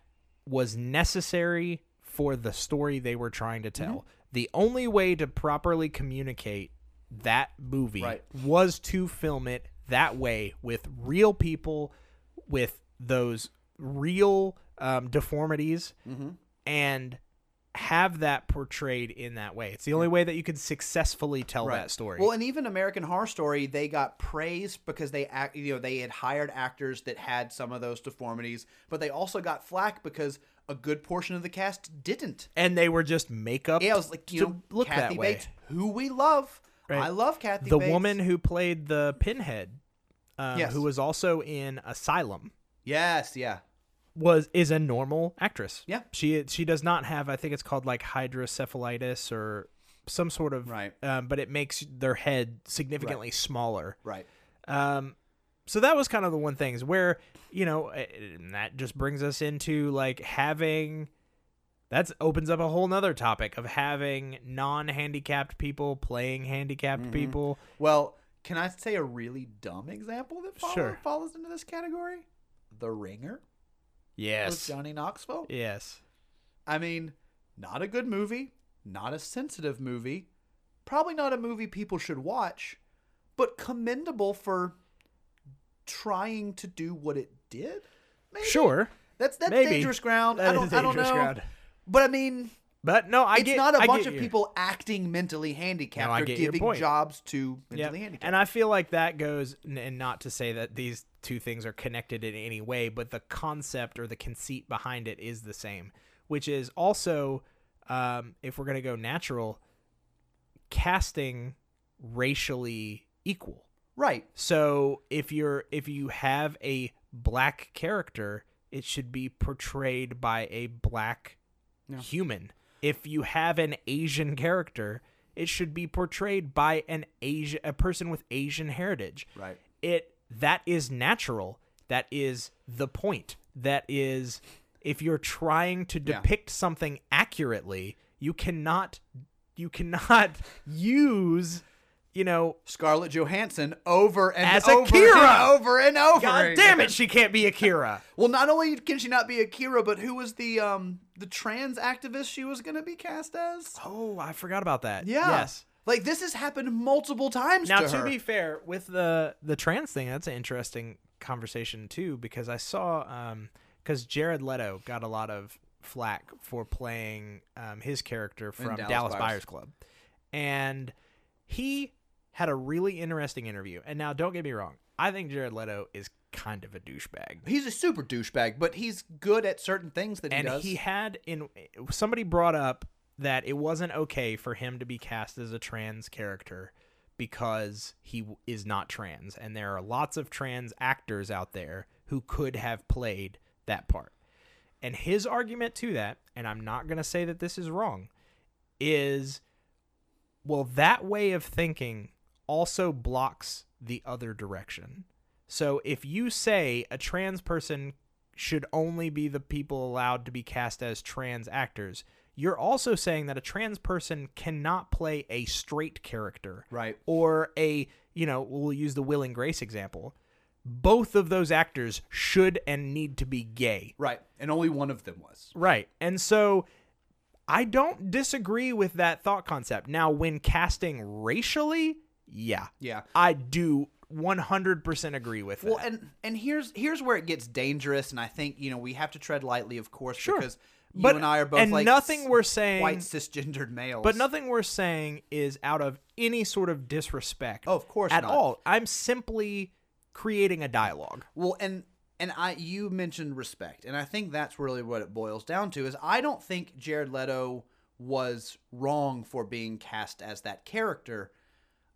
was necessary for the story they were trying to tell. The only way to properly communicate that movie
Right.
was to film it that way with real people, with those real um, deformities, and have that portrayed in that way. It's the only way that you can successfully tell that story.
Well, and even American Horror Story, they got praised because they act, you know, they had hired actors that had some of those deformities, but they also got flack because a good portion of the cast didn't.
and they were just makeup.
Yeah, I was like, you
to
know,
look
Kathy
that way.
Bates, who we love.
Right.
I love Kathy.
the
Bates.
woman who played the Pinhead, um,
Yes.
who was also in Asylum,
Yes, yeah,
was is a normal actress.
Yeah.
she she does not have. I think it's called like hydrocephalitis or some sort of
Right.
Um, but it makes their head significantly smaller.
right.
Um, so that was kind of the one thing is where you know eh, and that just brings us into like having that opens up a whole nother topic of having non-handicapped people playing handicapped
Mm-hmm.
people.
Well, can I say a really dumb example that follow,
Sure.
follows into this category? The Ringer with
Yes,
Johnny Knoxville.
yes,
I mean, not a good movie, not a sensitive movie, probably not a movie people should watch, but commendable for trying to do what it did. Maybe?
sure.
That's that's
Maybe.
dangerous ground.
That
I don't
is
I don't know.
dangerous ground.
But I mean,
But no, I
it's
get
not a
I
bunch
get
of
you.
people acting mentally handicapped
No, I
or
get your
giving
point.
jobs to
Yeah,
mentally handicapped.
and I feel like that goes, n- and not to say that these two things are connected in any way, but the concept or the conceit behind it is the same, which is also, um, if we're going to go natural, casting racially equal.
right.
So if you're if you have a black character, it should be portrayed by a black human. If you have an Asian character, it should be portrayed by an Asia a person with Asian heritage.
Right.
It that is natural. That is the point. That is if you're trying to
Yeah.
depict something accurately, you cannot you cannot use, you know,
Scarlett Johansson over and
As
over
Akira!
and over and over.
God damn it, she can't be Akira.
Well, not only can she not be Akira, but who was the um the trans activist she was gonna be cast as?
Oh, I forgot about that.
Yeah.
Yes.
Like this has happened multiple times.
Now,
to,
to
her.
be fair, with the the trans thing, that's an interesting conversation too, because I saw because Jared Leto got a lot of flack for playing um, his character from
Dallas
Dallas,
Buyers.
Buyers Club, and he had a really interesting interview. And now, don't get me wrong, I think Jared Leto is kind of a douchebag.
he's a super douchebag, but he's good at certain things that he
and
does.
he had in somebody brought up that it wasn't okay for him to be cast as a trans character because he w- is not trans and there are lots of trans actors out there who could have played that part and his argument to that and i'm not going to say that this is wrong is well that way of thinking also blocks the other direction so if you say a trans person should only be the people allowed to be cast as trans actors, you're also saying that a trans person cannot play a straight character.
Right.
Or a, you know, we'll use the Will and Grace example. Both of those actors should and need to be gay.
right, and only one of them was.
Right. And so I don't disagree with that thought concept. Now, when casting racially, yeah.
Yeah.
I do 100% agree with
Well,
that.
and and here's here's where it gets dangerous, and I think you know we have to tread lightly, of course,
Sure.
because you
But-
and I are both
and
like
nothing
s-
we're saying-
white cisgendered males,
But nothing we're saying is out of any sort of disrespect.
Oh, of course
at
not.
all. I'm simply creating a dialogue.
Well, and and I you mentioned respect, and I think that's really what it boils down to is I don't think Jared Leto was wrong for being cast as that character.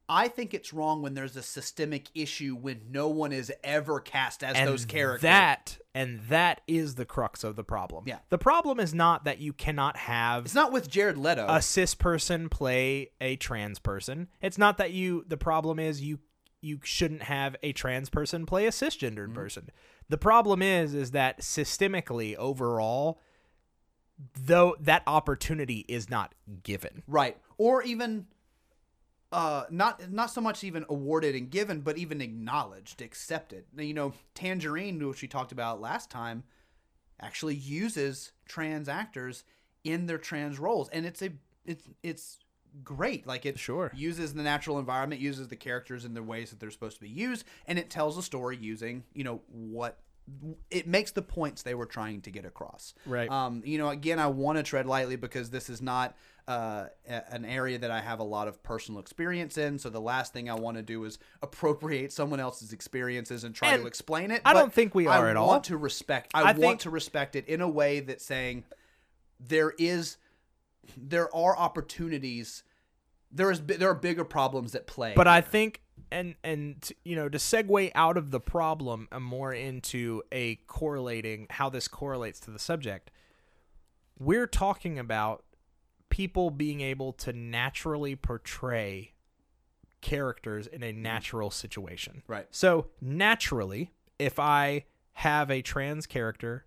I think it's wrong when there's a systemic issue when no one is ever cast as
and
those characters.
that and that is the crux of the problem.
Yeah.
The problem is not that you cannot have
it's not with Jared Leto.
a cis person play a trans person. It's not that you the problem is you you shouldn't have a trans person play a cisgendered person. The problem is is that systemically overall though that opportunity is not given.
Right. Or even uh not not so much even awarded and given, but even acknowledged, accepted. Now, You know, Tangerine, which we talked about last time, actually uses trans actors in their trans roles. And it's a it's it's great. Like it
Sure.
uses the natural environment, uses the characters in the ways that they're supposed to be used, and it tells a story using, you know, what it makes the points they were trying to get across.
Right.
Um, you know, again, I want to tread lightly because this is not uh, a- an area that I have a lot of personal experience in. So the last thing I want to do is appropriate someone else's experiences and try to
And
explain it.
I
but
don't think we are
I want
at all.
to respect. I,
I
want
think-
to respect it in a way that's saying there is there are opportunities. There is bi- there are bigger problems at play.
but I think and and you know to segue out of the problem and more into a correlating how this correlates to the subject we're talking about people being able to naturally portray characters in a natural situation
Mm-hmm. Right.
so naturally if i have a trans character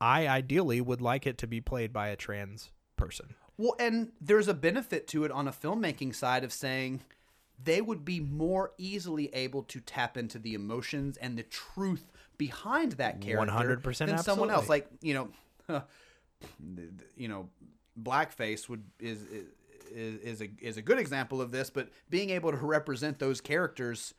i ideally would like it to be played by a trans person
Well, and there's a benefit to it on a filmmaking side of saying they would be more easily able to tap into the emotions and the truth behind that character
100%
than someone else.
absolutely.
Like you know, you know, blackface would is. is is a is a good example of this, but being able to represent those characters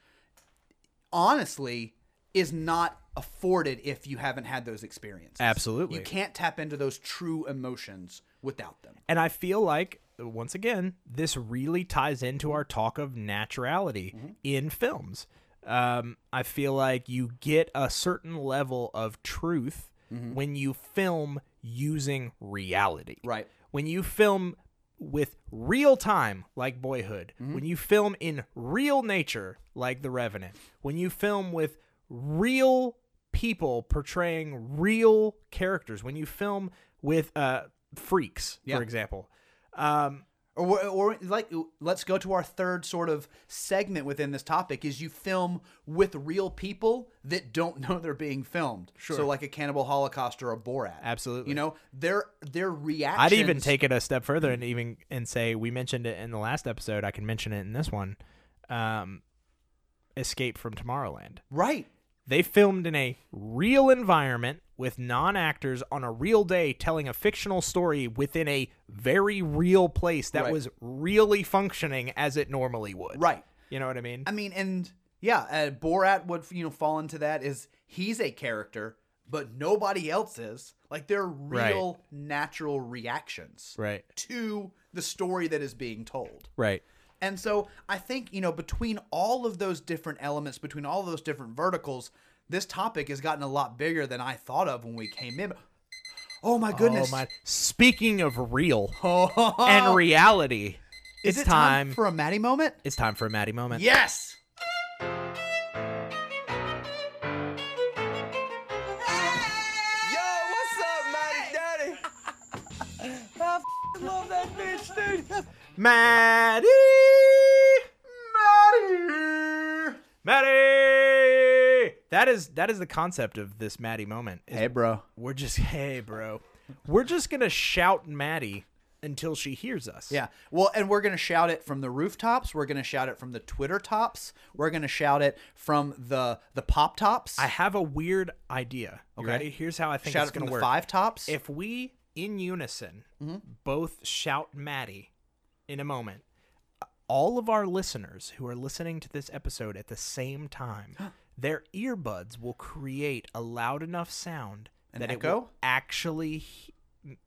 honestly is not afforded if you haven't had those experiences.
Absolutely.
you can't tap into those true emotions without them.
And I feel like uh, once again, this really ties into our talk of naturality in films. Um, I feel like you get a certain level of truth when you film using reality.
Right.
When you film with real time, like Boyhood, when you film in real nature, like The Revenant, when you film with real people portraying real characters, when you film with uh, freaks,
Yeah.
for example, um,
Or, wha- or like let's go to our third sort of segment within this topic is you film with real people that don't know they're being filmed. Sure. So like a Cannibal Holocaust or a Borat.
Absolutely.
You know, their their reaction
I'd even take it a step further and even and say we mentioned it in the last episode. I can mention it in this one. Um, Escape from Tomorrowland.
Right.
They filmed in a real environment with non actors on a real day telling a fictional story within a very real place that
Right.
was really functioning as it normally would.
Right.
You know what I mean?
I mean, and yeah, uh, Borat would you know fall into that is he's a character, but nobody else is. Like they're real natural reactions
Right.
to the story that is being told.
Right.
And so I think, you know, between all of those different elements, between all of those different verticals, this topic has gotten a lot bigger than I thought of when we came in. Oh my goodness.
Oh my speaking of real and reality,
Is
it's
it time,
time
for a Maddie moment?
it's time for a Maddie moment.
Yes.
Yo, what's up, Maddie Daddy? I f- love that bitch, dude.
Maddie! Maddie! Maddie! That is that is the concept of this Maddie moment. is
bro.
We're just hey, bro. We're just gonna shout Maddie until she hears us.
Yeah. Well, and we're going to shout it from the rooftops. We're going to shout it from the Twitter tops. We're going to shout it from the the pop tops.
I have a weird idea. You
Okay.
Ready? Here's how I think
shout
it's
it from
gonna
the
work.
five Mm-hmm. tops.
If we in unison both shout Maddie in a moment, all of our listeners who are listening to this episode at the same time, their earbuds will create a loud enough sound
An
that it will
echo?
actually he-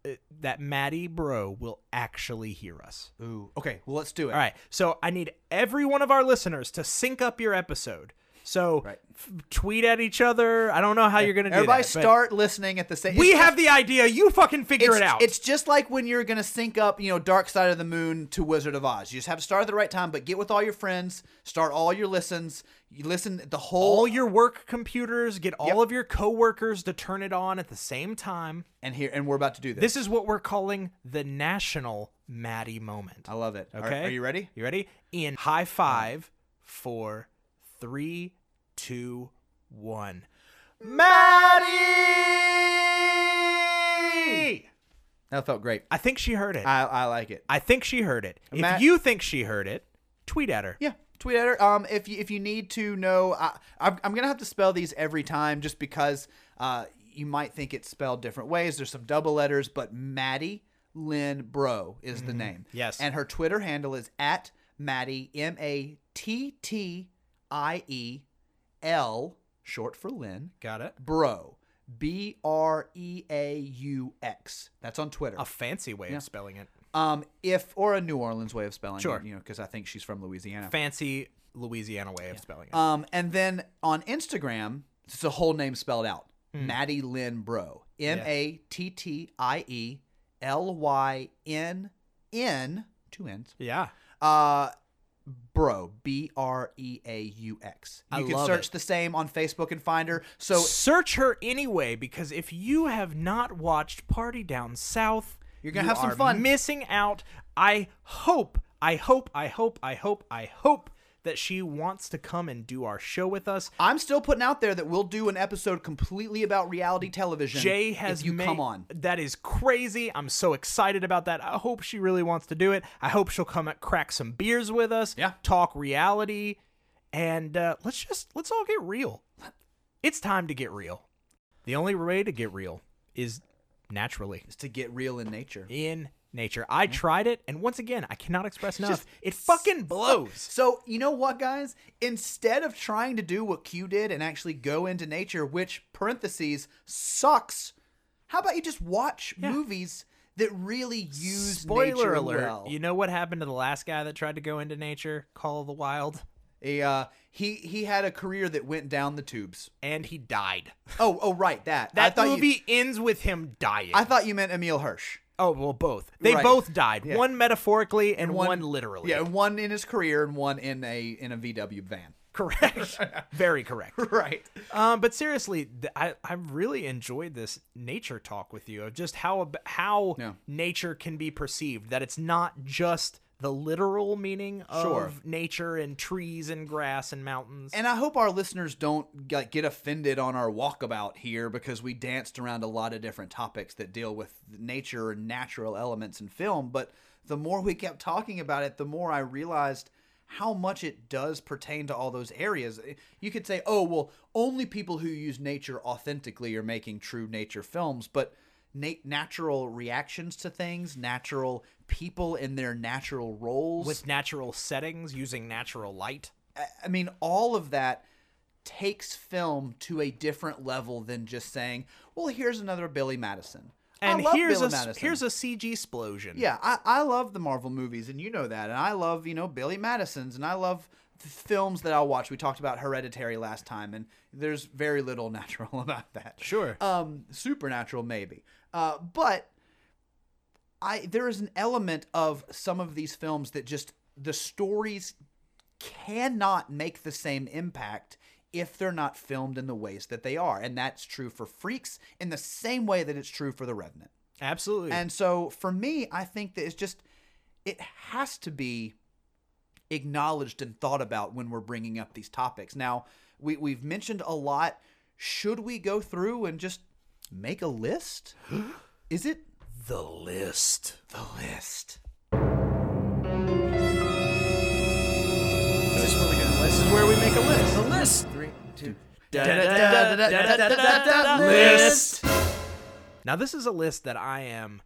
uh, that Maddie Bro will actually hear us.
Ooh. Okay, well let's do it.
All right. So I need every one of our listeners to sync up your episode. So
Right.
f- tweet at each other. I don't know how you're going to do
Everybody
that, but
start listening at the same
We
it's-
have the idea. You fucking figure
it's,
it out.
It's just like when you're gonna sync up, you know, Dark Side of the Moon to Wizard of Oz. You just have to start at the right time, but get with all your friends, start all your listens, you listen the whole
all your work computers, get all
Yep.
of your coworkers to turn it on at the same time.
and here and we're about to do this.
This is what we're calling the national Maddie moment.
I love it. All right,
Okay.
are you ready?
You ready? In high five, four, three, two, one. Maddie!
That felt great.
I think she heard it. I,
I, I like it.
think she heard it. If
Matt-
you think she heard it, tweet at her.
Yeah, tweet at her. Um, if you if you need to know, I, I'm I'm gonna have to spell these every time just because uh you might think it's spelled different ways. There's some double letters, but Maddie Lynn Bro is the name.
Mm-hmm. Yes.
and her Twitter handle is at Maddie M A T T I E L, short for Lynn
Got it?
Bro. B R E A U X. That's on Twitter.
A fancy way of spelling it.
Um, if or a New Orleans way of spelling
Sure.
it, you know, because I think she's from Louisiana.
Fancy Louisiana way of spelling it.
Um, and then on Instagram, it's a whole name spelled out.
Hmm.
Maddie Lynn Bro. M A T T I E L Y N N two N's.
yeah.
Uh Bro, B R E A U X.
I
You can
love
search
it.
the same on Facebook and find her. So
search her anyway because if you have not watched Party Down South,
You're gonna
you
have some
are
fun.
Missing out. I hope, I hope, I hope, I hope, I hope that she wants to come and do our show with us.
I'm still putting out there that we'll do an episode completely about reality television.
Jay has
if you
made-
come on.
That is crazy. I'm so excited about that. I hope she really wants to do it. I hope she'll come and crack some beers with us.
Yeah.
Talk reality, and uh, let's just let's all get real. It's time to get real. The only way to get real is naturally
It's to get real in nature.
in nature. I tried it, and once again, I cannot express enough. it fucking blows.
So you know what, guys? Instead of trying to do what Q did and actually go into nature, which parentheses sucks, how about you just watch movies that really use nature
Spoiler alert!
well?
You know what happened to the last guy that tried to go into nature, Call of the Wild,
He, uh, he he had a career that went down the tubes.
and he died.
Oh oh right that I
That
thought You,
movie ends with him dying.
I thought you meant Emil Hirsch.
oh well, both. They
Right.
both died.
Yeah.
One metaphorically and one,
One-
literally.
Yeah, one in his career and one in a in a VW van.
Correct. Very correct.
Right.
Um, but seriously, th- I I really enjoyed this nature talk with you of just how ab- how
Yeah.
nature can be perceived. That it's not just the literal meaning of
Sure.
nature and trees and grass and mountains.
And I hope our listeners don't like get offended on our walkabout here because we danced around a lot of different topics that deal with nature and natural elements in film. But the more we kept talking about it, the more I realized how much it does pertain to all those areas. You could say, oh, well, only people who use nature authentically are making true nature films. But na- natural reactions to things, natural people in their natural roles.
with natural settings using natural light.
I mean, all of that takes film to a different level than just saying, "Well, here's another Billy Madison."
And
I love
here's
Billy
a s-
Madison.
here's a CG explosion.
yeah, I, I love the Marvel movies, and you know that, and I love you know Billy Madison's, and I love the films that I'll watch. We talked about Hereditary last time, and there's very little natural about that.
Sure.
Um, supernatural maybe, uh, but I there is an element of some of these films that just the stories cannot make the same impact if they're not filmed in the ways that they are, and that's true for Freaks in the same way that it's true for The Revenant.
Absolutely.
And so for me, I think that it's just it has to be acknowledged and thought about when we're bringing up these topics. Now, we we've mentioned a lot. Should we go through and just make a list? Is it
the list.
the list?
This is where we do the list. This is where we make a list. The list.
Three, two.
List. Now this is a list that I am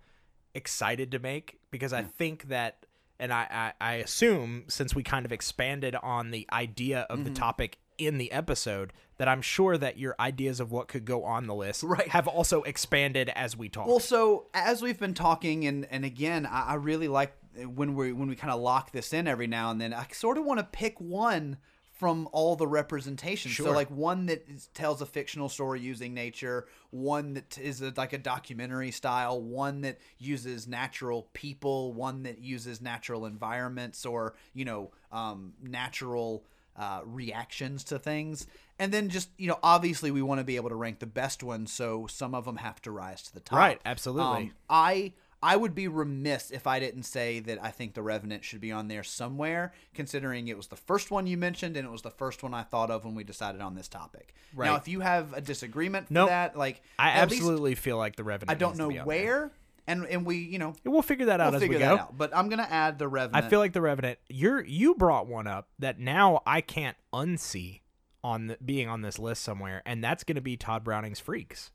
excited to make because I think that, and I, I I assume since we kind of expanded on the idea of the topic in the episode, that I'm sure that your ideas of what could go on the list
Right.
have also expanded as we talk.
Well, so as we've been talking, and and again, I, I really like eh, when we when we kind of lock this in every now and then. I sort of want to pick one from all the representations. So
Sure.
like one that is, tells a fictional story using nature, one that is a, like a documentary style, one that uses natural people, one that uses natural environments or you know um, natural uh, reactions to things. And then just you know, obviously we want to be able to rank the best ones, so some of them have to rise to the top.
Right, absolutely.
Um, I I would be remiss if I didn't say that I think the Revenant should be on there somewhere, considering it was the first one you mentioned and it was the first one I thought of when we decided on this topic. Now,
Right.
if you have a disagreement for
Nope.
that, like
I
at least
absolutely feel like the revenue.
I don't know where, and and we you know
We'll figure that out
we'll
as
figure
we
that
go.
out. But I'm gonna add the
I
Revenant.
feel like the Revenant. You're you brought one up that now I can't unsee on the, being on this list somewhere, and that's going to be Todd Browning's Freaks.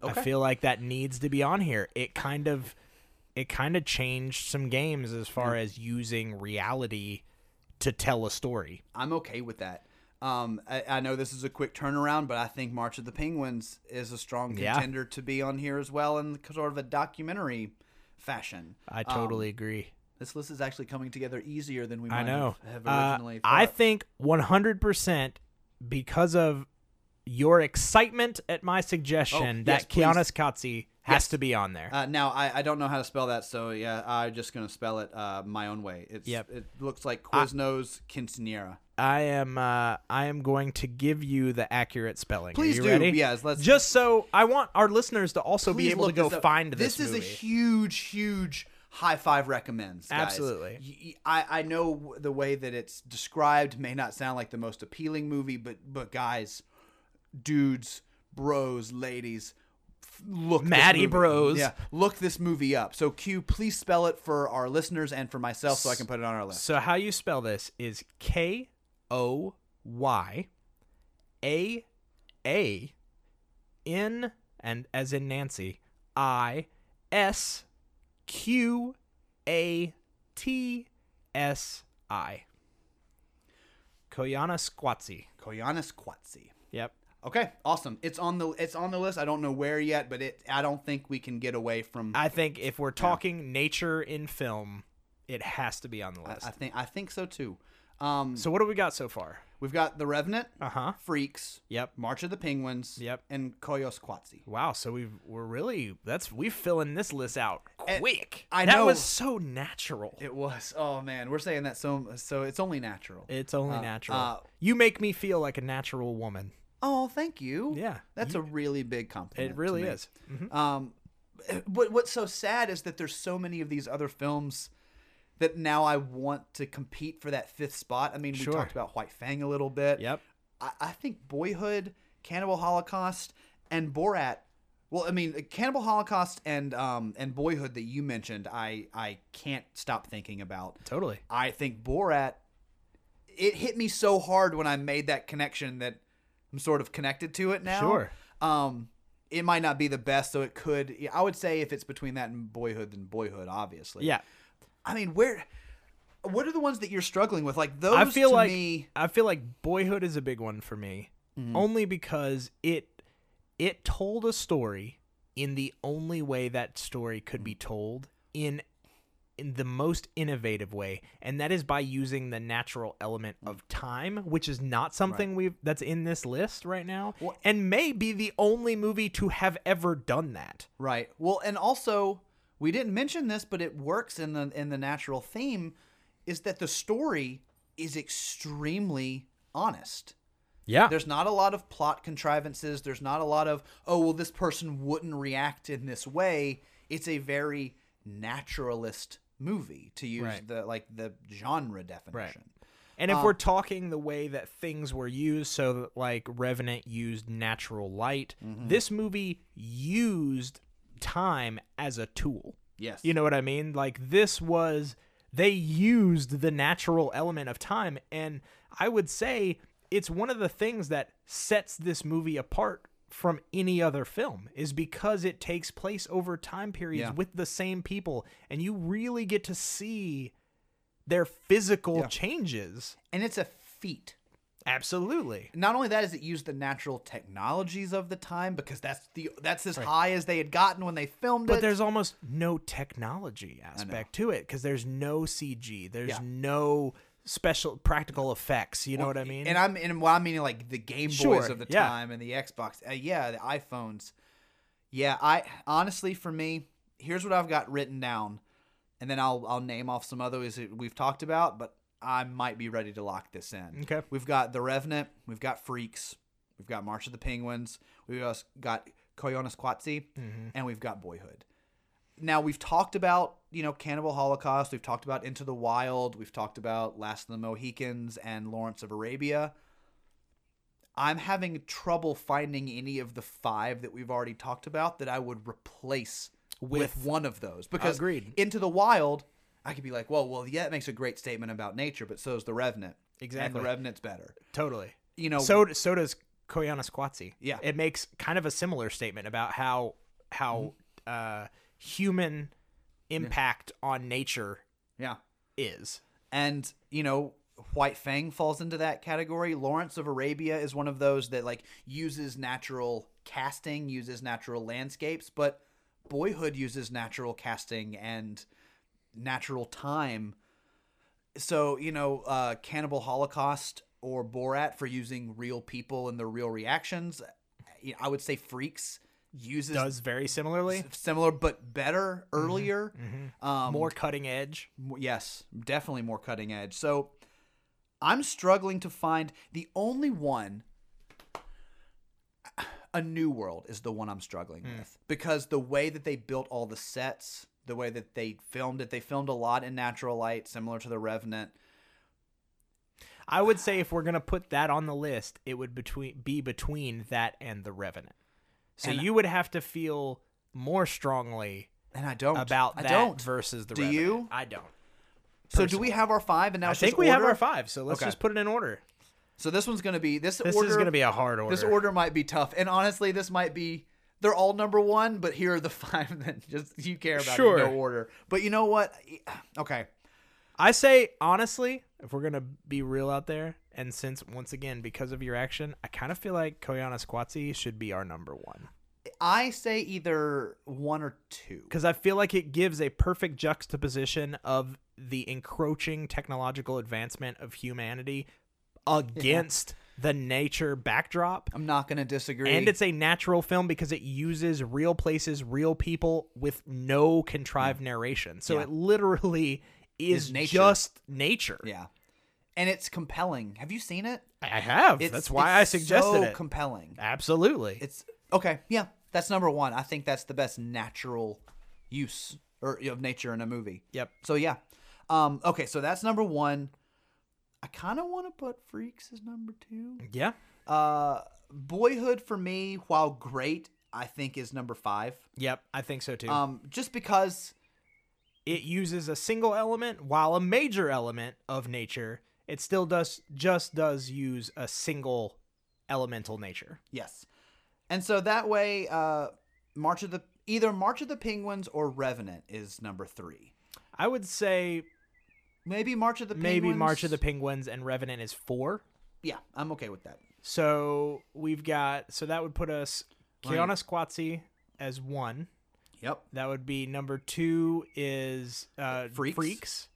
I feel like that needs to be on here. It kind of it kind of changed some games as far
Mm.
as using reality to tell a story.
I'm okay with that. Um, I, I know this is a quick turnaround, but I think March of the Penguins is a strong
Yeah.
contender to be on here as well in sort of a documentary fashion.
I totally agree.
This list is actually coming together easier than we might
I know.
have have
Uh,
originally thought.
I think 100% because of your excitement at my suggestion
Oh, yes,
that
please.
Kianis Katsi has to be on there.
uh, now I, I don't know how to spell that, so yeah, I'm just gonna spell it uh, my own way. It's,
Yep.
It looks like Quiznos Quinceanera.
I am uh, I am going to give you the accurate spelling. Are
Please
you
do.
Ready?
Yes, let's-
just so I want our listeners to also be
Please
able to
look
go
this up.
find this.
is a
movie.
huge, huge high five recommends. guys.
Absolutely.
Y- y- I, I know w- the way that it's described may not sound like the most appealing movie, but but guys, dudes, bros, ladies, f- look this
Matty
movie-
bros.
Yeah, look this movie up. So Q, please spell it for our listeners and for myself, so I can put it on our list.
So how you spell this is K O Y A A N and as in Nancy I S Q A T S I. Koyana Squatsi.
Koyanis Kwatsi.
Yep.
Okay, awesome. It's on the it's on the list. I don't know where yet, but it I don't think we can get away from.
I think if we're talking nature in film, it has to be on the
I-
list.
I think I think so too. Um,
So what do we got so far?
we've got the Revenant,
Uh-huh.
Freaks,
Yep.
March of the Penguins,
Yep.
and Koyosquatsi.
Wow, so we we're really that's we filling this list out
And-
quick.
Eh, I
that
know.
was so natural.
It was. Oh man, we're saying that so so it's only natural.
it's only natural.
uh,
you make me feel like a natural woman.
oh, thank you.
Yeah,
that's a really big compliment.
It
to
really
me.
is. Mhm.
Um, but what's so sad is that there's so many of these other films that now I want to compete for that fifth spot. I mean, we
Sure.
talked about White Fang a little bit.
Yep.
I, I think Boyhood, Cannibal Holocaust, and Borat. Well, I mean, Cannibal Holocaust and um and Boyhood that you mentioned, I I can't stop thinking about.
Totally.
I think Borat. It hit me so hard when I made that connection that I'm sort of connected to it now.
Sure.
Um, it might not be the best, so it could. I would say if it's between that and Boyhood, then Boyhood, obviously.
Yeah.
I mean, where? What are the ones that you're struggling with? Like those.
I feel
to
like
me, Mm-hmm.
I feel like Boyhood is a big one for me, only because it it told a story in the only way that story could be told in in the most innovative way, and that is by using the natural element
Mm.
of time, which is not something we've that's in this list right now, and may be the only movie to have ever done that.
Right. Well, and also we didn't mention this, but it works in the in the natural theme is that the story is extremely honest.
Yeah,
There's not a lot of plot contrivances. There's not a lot of oh well, this person wouldn't react in this way. It's a very naturalist movie to use
Right.
the like the genre definition.
And if we're talking the way that things were used, so that like Revenant used natural light, this movie used time as a tool.
Yes.
You know what I mean? Like this was they used the natural element of time and I would say it's one of the things that sets this movie apart from any other film is because it takes place over time periods
Yeah.
with the same people and you really get to see their physical changes.
And it's a feat.
Absolutely.
not only that is it used the natural technologies of the time because that's the that's as high as they had gotten when they filmed
But
it.
there's almost no technology aspect to it because there's no CG. There's
Yeah.
no special practical effects. You know what I mean?
and I'm and well, I mean like the Game Boys
Sure,
of the
yeah.
time and the Xbox, uh, yeah, the iPhones. Yeah, I honestly for me, here's what I've got written down, and then I'll I'll name off some others that we've talked about, but I might be ready to lock this in.
Okay.
we've got the Revenant, we've got Freaks, we've got March of the Penguins, we've also got Koyonis Kwatsi,
Mm-hmm.
and we've got Boyhood. Now we've talked about you know Cannibal Holocaust, we've talked about Into the Wild, we've talked about Last of the Mohicans and Lawrence of Arabia. I'm having trouble finding any of the five that we've already talked about that I would replace with,
With-
one of those because
Agreed.
Into the Wild, I could be like, well, well, yeah, that makes a great statement about nature, but so is the Revenant. And
Exactly.
the Revenant's better.
Totally.
You know,
So so does Koyana Squatsi.
Yeah.
It makes kind of a similar statement about how how
Mm-hmm.
uh, human impact on nature
yeah.
is.
and you know white fang falls into that category lawrence of arabia is one of those that like uses natural casting uses natural landscapes but boyhood uses natural casting and natural time so you know uh, cannibal holocaust or borat for using real people and their real reactions You know, i would say freaks uses
Does very similarly.
similar but better earlier Um,
More cutting edge.
Mo- Yes, definitely more cutting edge. So I'm struggling to find the only one. A New World is the one I'm struggling
Hmm.
with because the way that they built all the sets, the way that they filmed it, they filmed a lot in natural light, similar to The Revenant.
I would say if we're gonna put that on the list, it would between be between that and the Revenant. So
And-
you would have to feel more strongly
And I don't
about
I
that
don't.
versus the
Do
Revenant.
you?
I don't.
so do we have our five? And now
I
it's
think
just
we have
order?
our five, so let's
Okay.
just put it in order.
So this one's gonna be this.
This
order,
is gonna be a hard order.
This order might be tough, and honestly, this might be they're all number one, but here are the five that just you care about
Sure.
in no order. But you know what? Okay,
I say honestly, if we're gonna be real out there, and since once again because of your action, I kind of feel like Koyana Squatsi should be our number one
I say either one or two.
because I feel like it gives a perfect juxtaposition of the encroaching technological advancement of humanity against the nature backdrop.
I'm not going to disagree.
And it's a natural film because it uses real places, real people with no contrived narration. So
Yeah.
it literally is,
Is nature.
just nature.
yeah, and it's compelling. Have you seen it?
I have.
It's,
Oh, That's why I
it's
suggested
so
it.
Compelling.
Absolutely.
It's okay. Yeah, that's number one. I think that's the best natural use or of nature in a movie.
Yep.
So yeah. Um, okay, so that's number one. I kind of want to put Freaks as number two.
yeah.
Uh, Boyhood for me, while great, I think is number five.
Yep. I think so too.
Um, just because
it uses a single element while a major element of nature it still does just does use a single elemental nature
Yes. And so that way, uh, March of the either March of the Penguins or Revenant is number three.
i would say
Maybe March of the Penguins.
maybe march of the penguins and revenant is four
Yeah, I'm okay with that.
so we've got so that would put us
Right.
kiana squatsy as one
Yep.
that would be number two is uh
Freaks.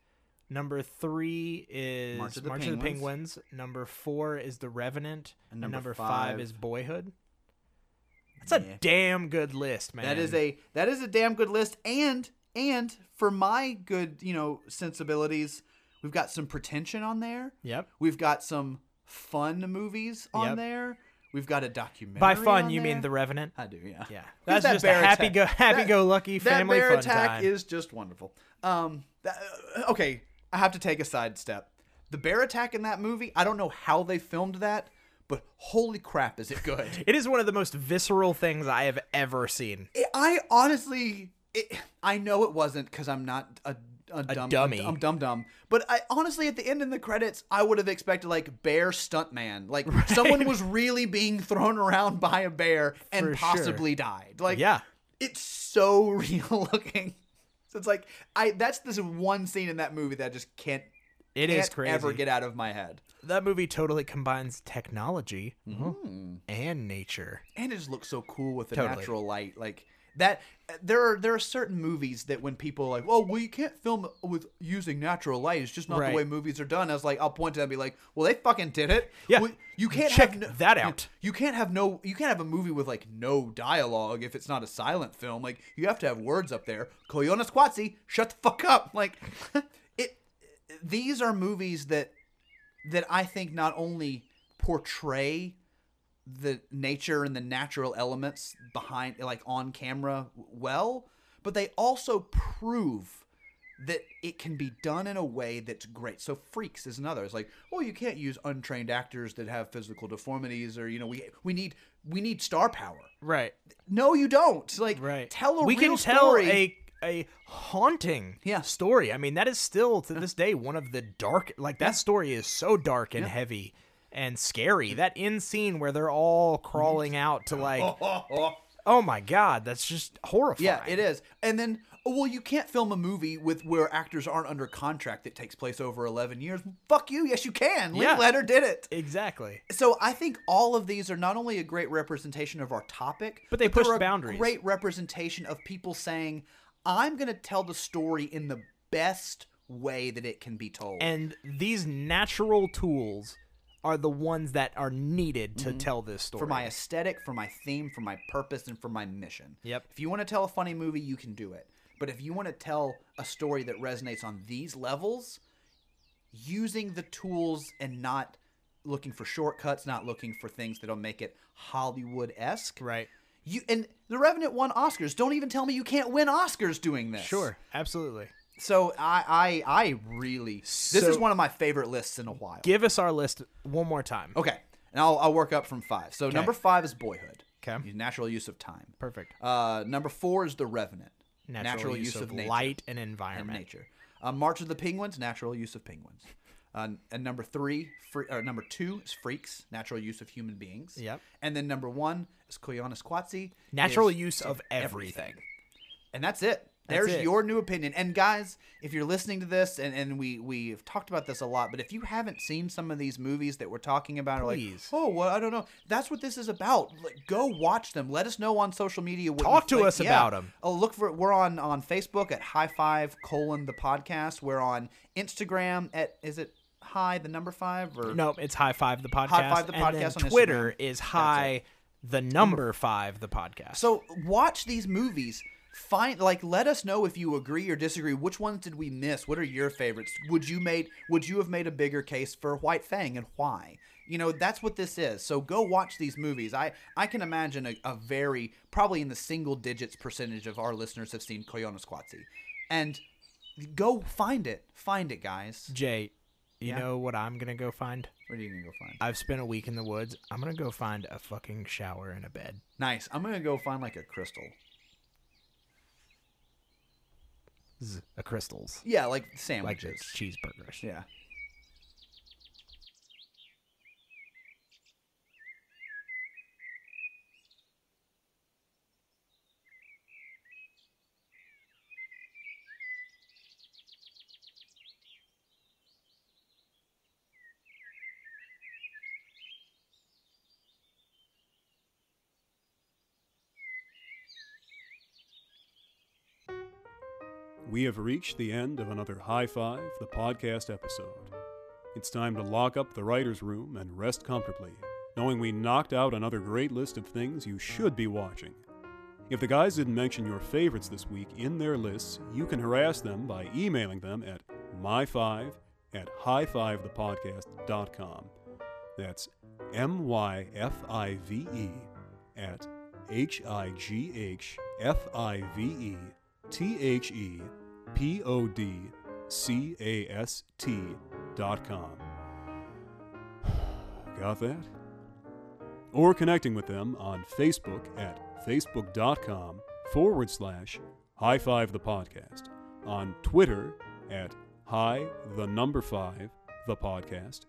number three is
March of the Penguins.
penguins number four is the revenant
And
and
number
number, five,
five-
is boyhood That's
Yeah.
a damn good list, man.
That is a that is a damn good list. And and for my good, you know, sensibilities, we've got some pretension on there.
Yep.
We've got some fun movies on
Yep.
there. We've got a documentary.
By fun,
on
you mean
there.
the Revenant?
I do, yeah.
Yeah.
Because
That's just a
bear
happy
attack-
go- happy-go-lucky
that,
family
that bear
fun
attack
time.
is just wonderful. Um, that- uh, okay, I have to take a side step. The bear attack in that movie, I don't know how they filmed that, but holy crap, is it good?
It is one of the most visceral things I have ever seen.
I- I honestly, it, I know it wasn't because I'm not a, a, dumb,
dummy.
I'm dumb dumb. But I honestly, at the end in the credits, I would have expected like bear stuntman, like someone was really being thrown around by a bear and
For sure.
possibly died. Like
Yeah.
it's so real looking. So it's like I that's this one scene in that movie that I just can't
It
can't
is crazy.
ever get out of my head.
that movie totally combines technology
Mm-hmm.
and nature.
And it just looks so cool with the
Totally.
natural light. Like that uh, there are there are certain movies that when people are like, "Oh, "Well, well you can't film with using natural light. It's just not
Right.
the way movies are done." I was like, I'll point to them and be like, "Well, they fucking did it."
Yeah.
Well, you can't
Check
have no-
that
you-
out.
You, can't have no you can't have a movie with like no dialogue if it's not a silent film. Like you have to have words up there. Koyona Squatsy, shut the fuck up. Like it these are movies that that I think not only portray the nature and the natural elements behind like on camera well, but they also prove that it can be done in a way that's great. So freaks is another. It's like, oh, you can't use untrained actors that have physical deformities or you know, we we need we need star power.
Right.
No, you don't. Like
Right.
tell a
we
real
can tell
story.
a a haunting
Yeah.
story. I mean, that is still to this day one of the dark. Like that story is so dark and heavy and scary. That end scene where they're all crawling out to like, oh my god, that's just horrifying.
Yeah, it is. And then, oh, well, you can't film a movie with where actors aren't under contract that takes place over 11 years. Fuck you. Yes, you can.
Yeah.
Letter did it.
Exactly.
So I think all of these are not only a great representation of our topic,
But they
they're
push
a
boundaries.
Great representation of people saying, "I'm going to tell the story in the best way that it can be told."
And these natural tools are the ones that are needed to tell this story.
Mm-hmm. for my aesthetic, for my theme, for my purpose, and for my mission.
Yep.
If you want to tell a funny movie, you can do it. But if you want to tell a story that resonates on these levels, using the tools and not looking for shortcuts, not looking for things that'll make it Hollywood esque.
right.
You and The Revenant won Oscars. Don't even tell me you can't win Oscars doing this.
Sure. Absolutely.
So I I, I really this is
So-
one of my favorite lists in a while.
Give us our list one more time.
Okay, and I'll, I'll work up from five. So number five is Boyhood.
Okay.
natural use of time.
Perfect.
Uh, number four is The Revenant.
Natural, use, of,
nature
light and
and
environment.
nature. Uh, March of the Penguins, natural use of penguins. Uh, and number three, free, or number two is Freaks, natural use of human beings.
Yep.
And then number one is Koyaanisqatsi.
Natural
is-
use of everything.
And that's it. There's
it.
your new opinion. And guys, if you're listening to this, and, and we we've talked about this a lot, but if you haven't seen some of these movies that we're talking about, or like,
Please.
oh, well, I don't know. That's what this is about. Like, go watch them. Let us know on social media. What
Talk
you
to
think.
us about 'em.
Oh, look for we're on on Facebook at High Five colon the podcast. We're on Instagram at is it High the number five or
No, it's High Five the podcast.
High Five the
and then
Podcast on
Twitter
Instagram.
is High the number five the podcast.
So watch these movies. Find like let us know if you agree or disagree. Which ones did we miss? What are your favorites? Would you made would you have made a bigger case for White Fang and why? You know, that's what this is. So go watch these movies. I I can imagine a, a very probably in the single digits percentage of our listeners have seen Koyaanisqatsi. And go find it. Find it, guys.
Jay, you
Yeah?
know what I'm gonna go find?
Where are you gonna go find?
I've spent a week in the woods. I'm gonna go find a fucking shower and a bed.
Nice. I'm gonna go find like a crystal.
Z- A crystals.
Yeah, like
Like
sandwiches.
the cheeseburgers.
yeah.
We have reached the end of another High Five, the podcast episode. It's time to lock up the writer's room and rest comfortably, knowing we knocked out another great list of things you should be watching. If the guys didn't mention your favorites this week in their lists, you can harass them by emailing them at my5 at highfivethepodcast.com. That's M Y F I V E at H I G H F I V E T H E P O D C A S T dot com. Got that? Or connecting with them on Facebook at facebook.com forward slash high five the podcast, on Twitter at high the number five the podcast,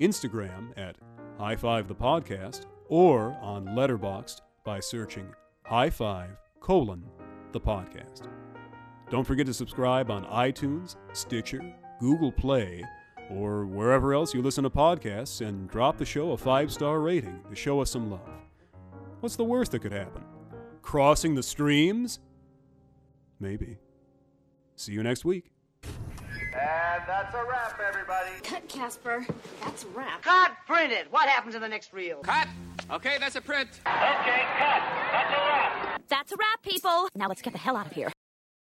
Instagram at high five the podcast, or on Letterboxd by searching high five colon the podcast. Don't forget to subscribe on iTunes, Stitcher, Google Play, or wherever else you listen to podcasts and drop the show a five star rating to show us some love. What's the worst that could happen? Crossing the streams? Maybe. See you next week.
And that's a wrap, everybody.
Cut, Casper. That's a wrap.
God print it. What happens in the next reel?
Cut! Okay, that's a print.
Okay, cut. That's a wrap.
That's a wrap, people. Now let's get the hell out of here.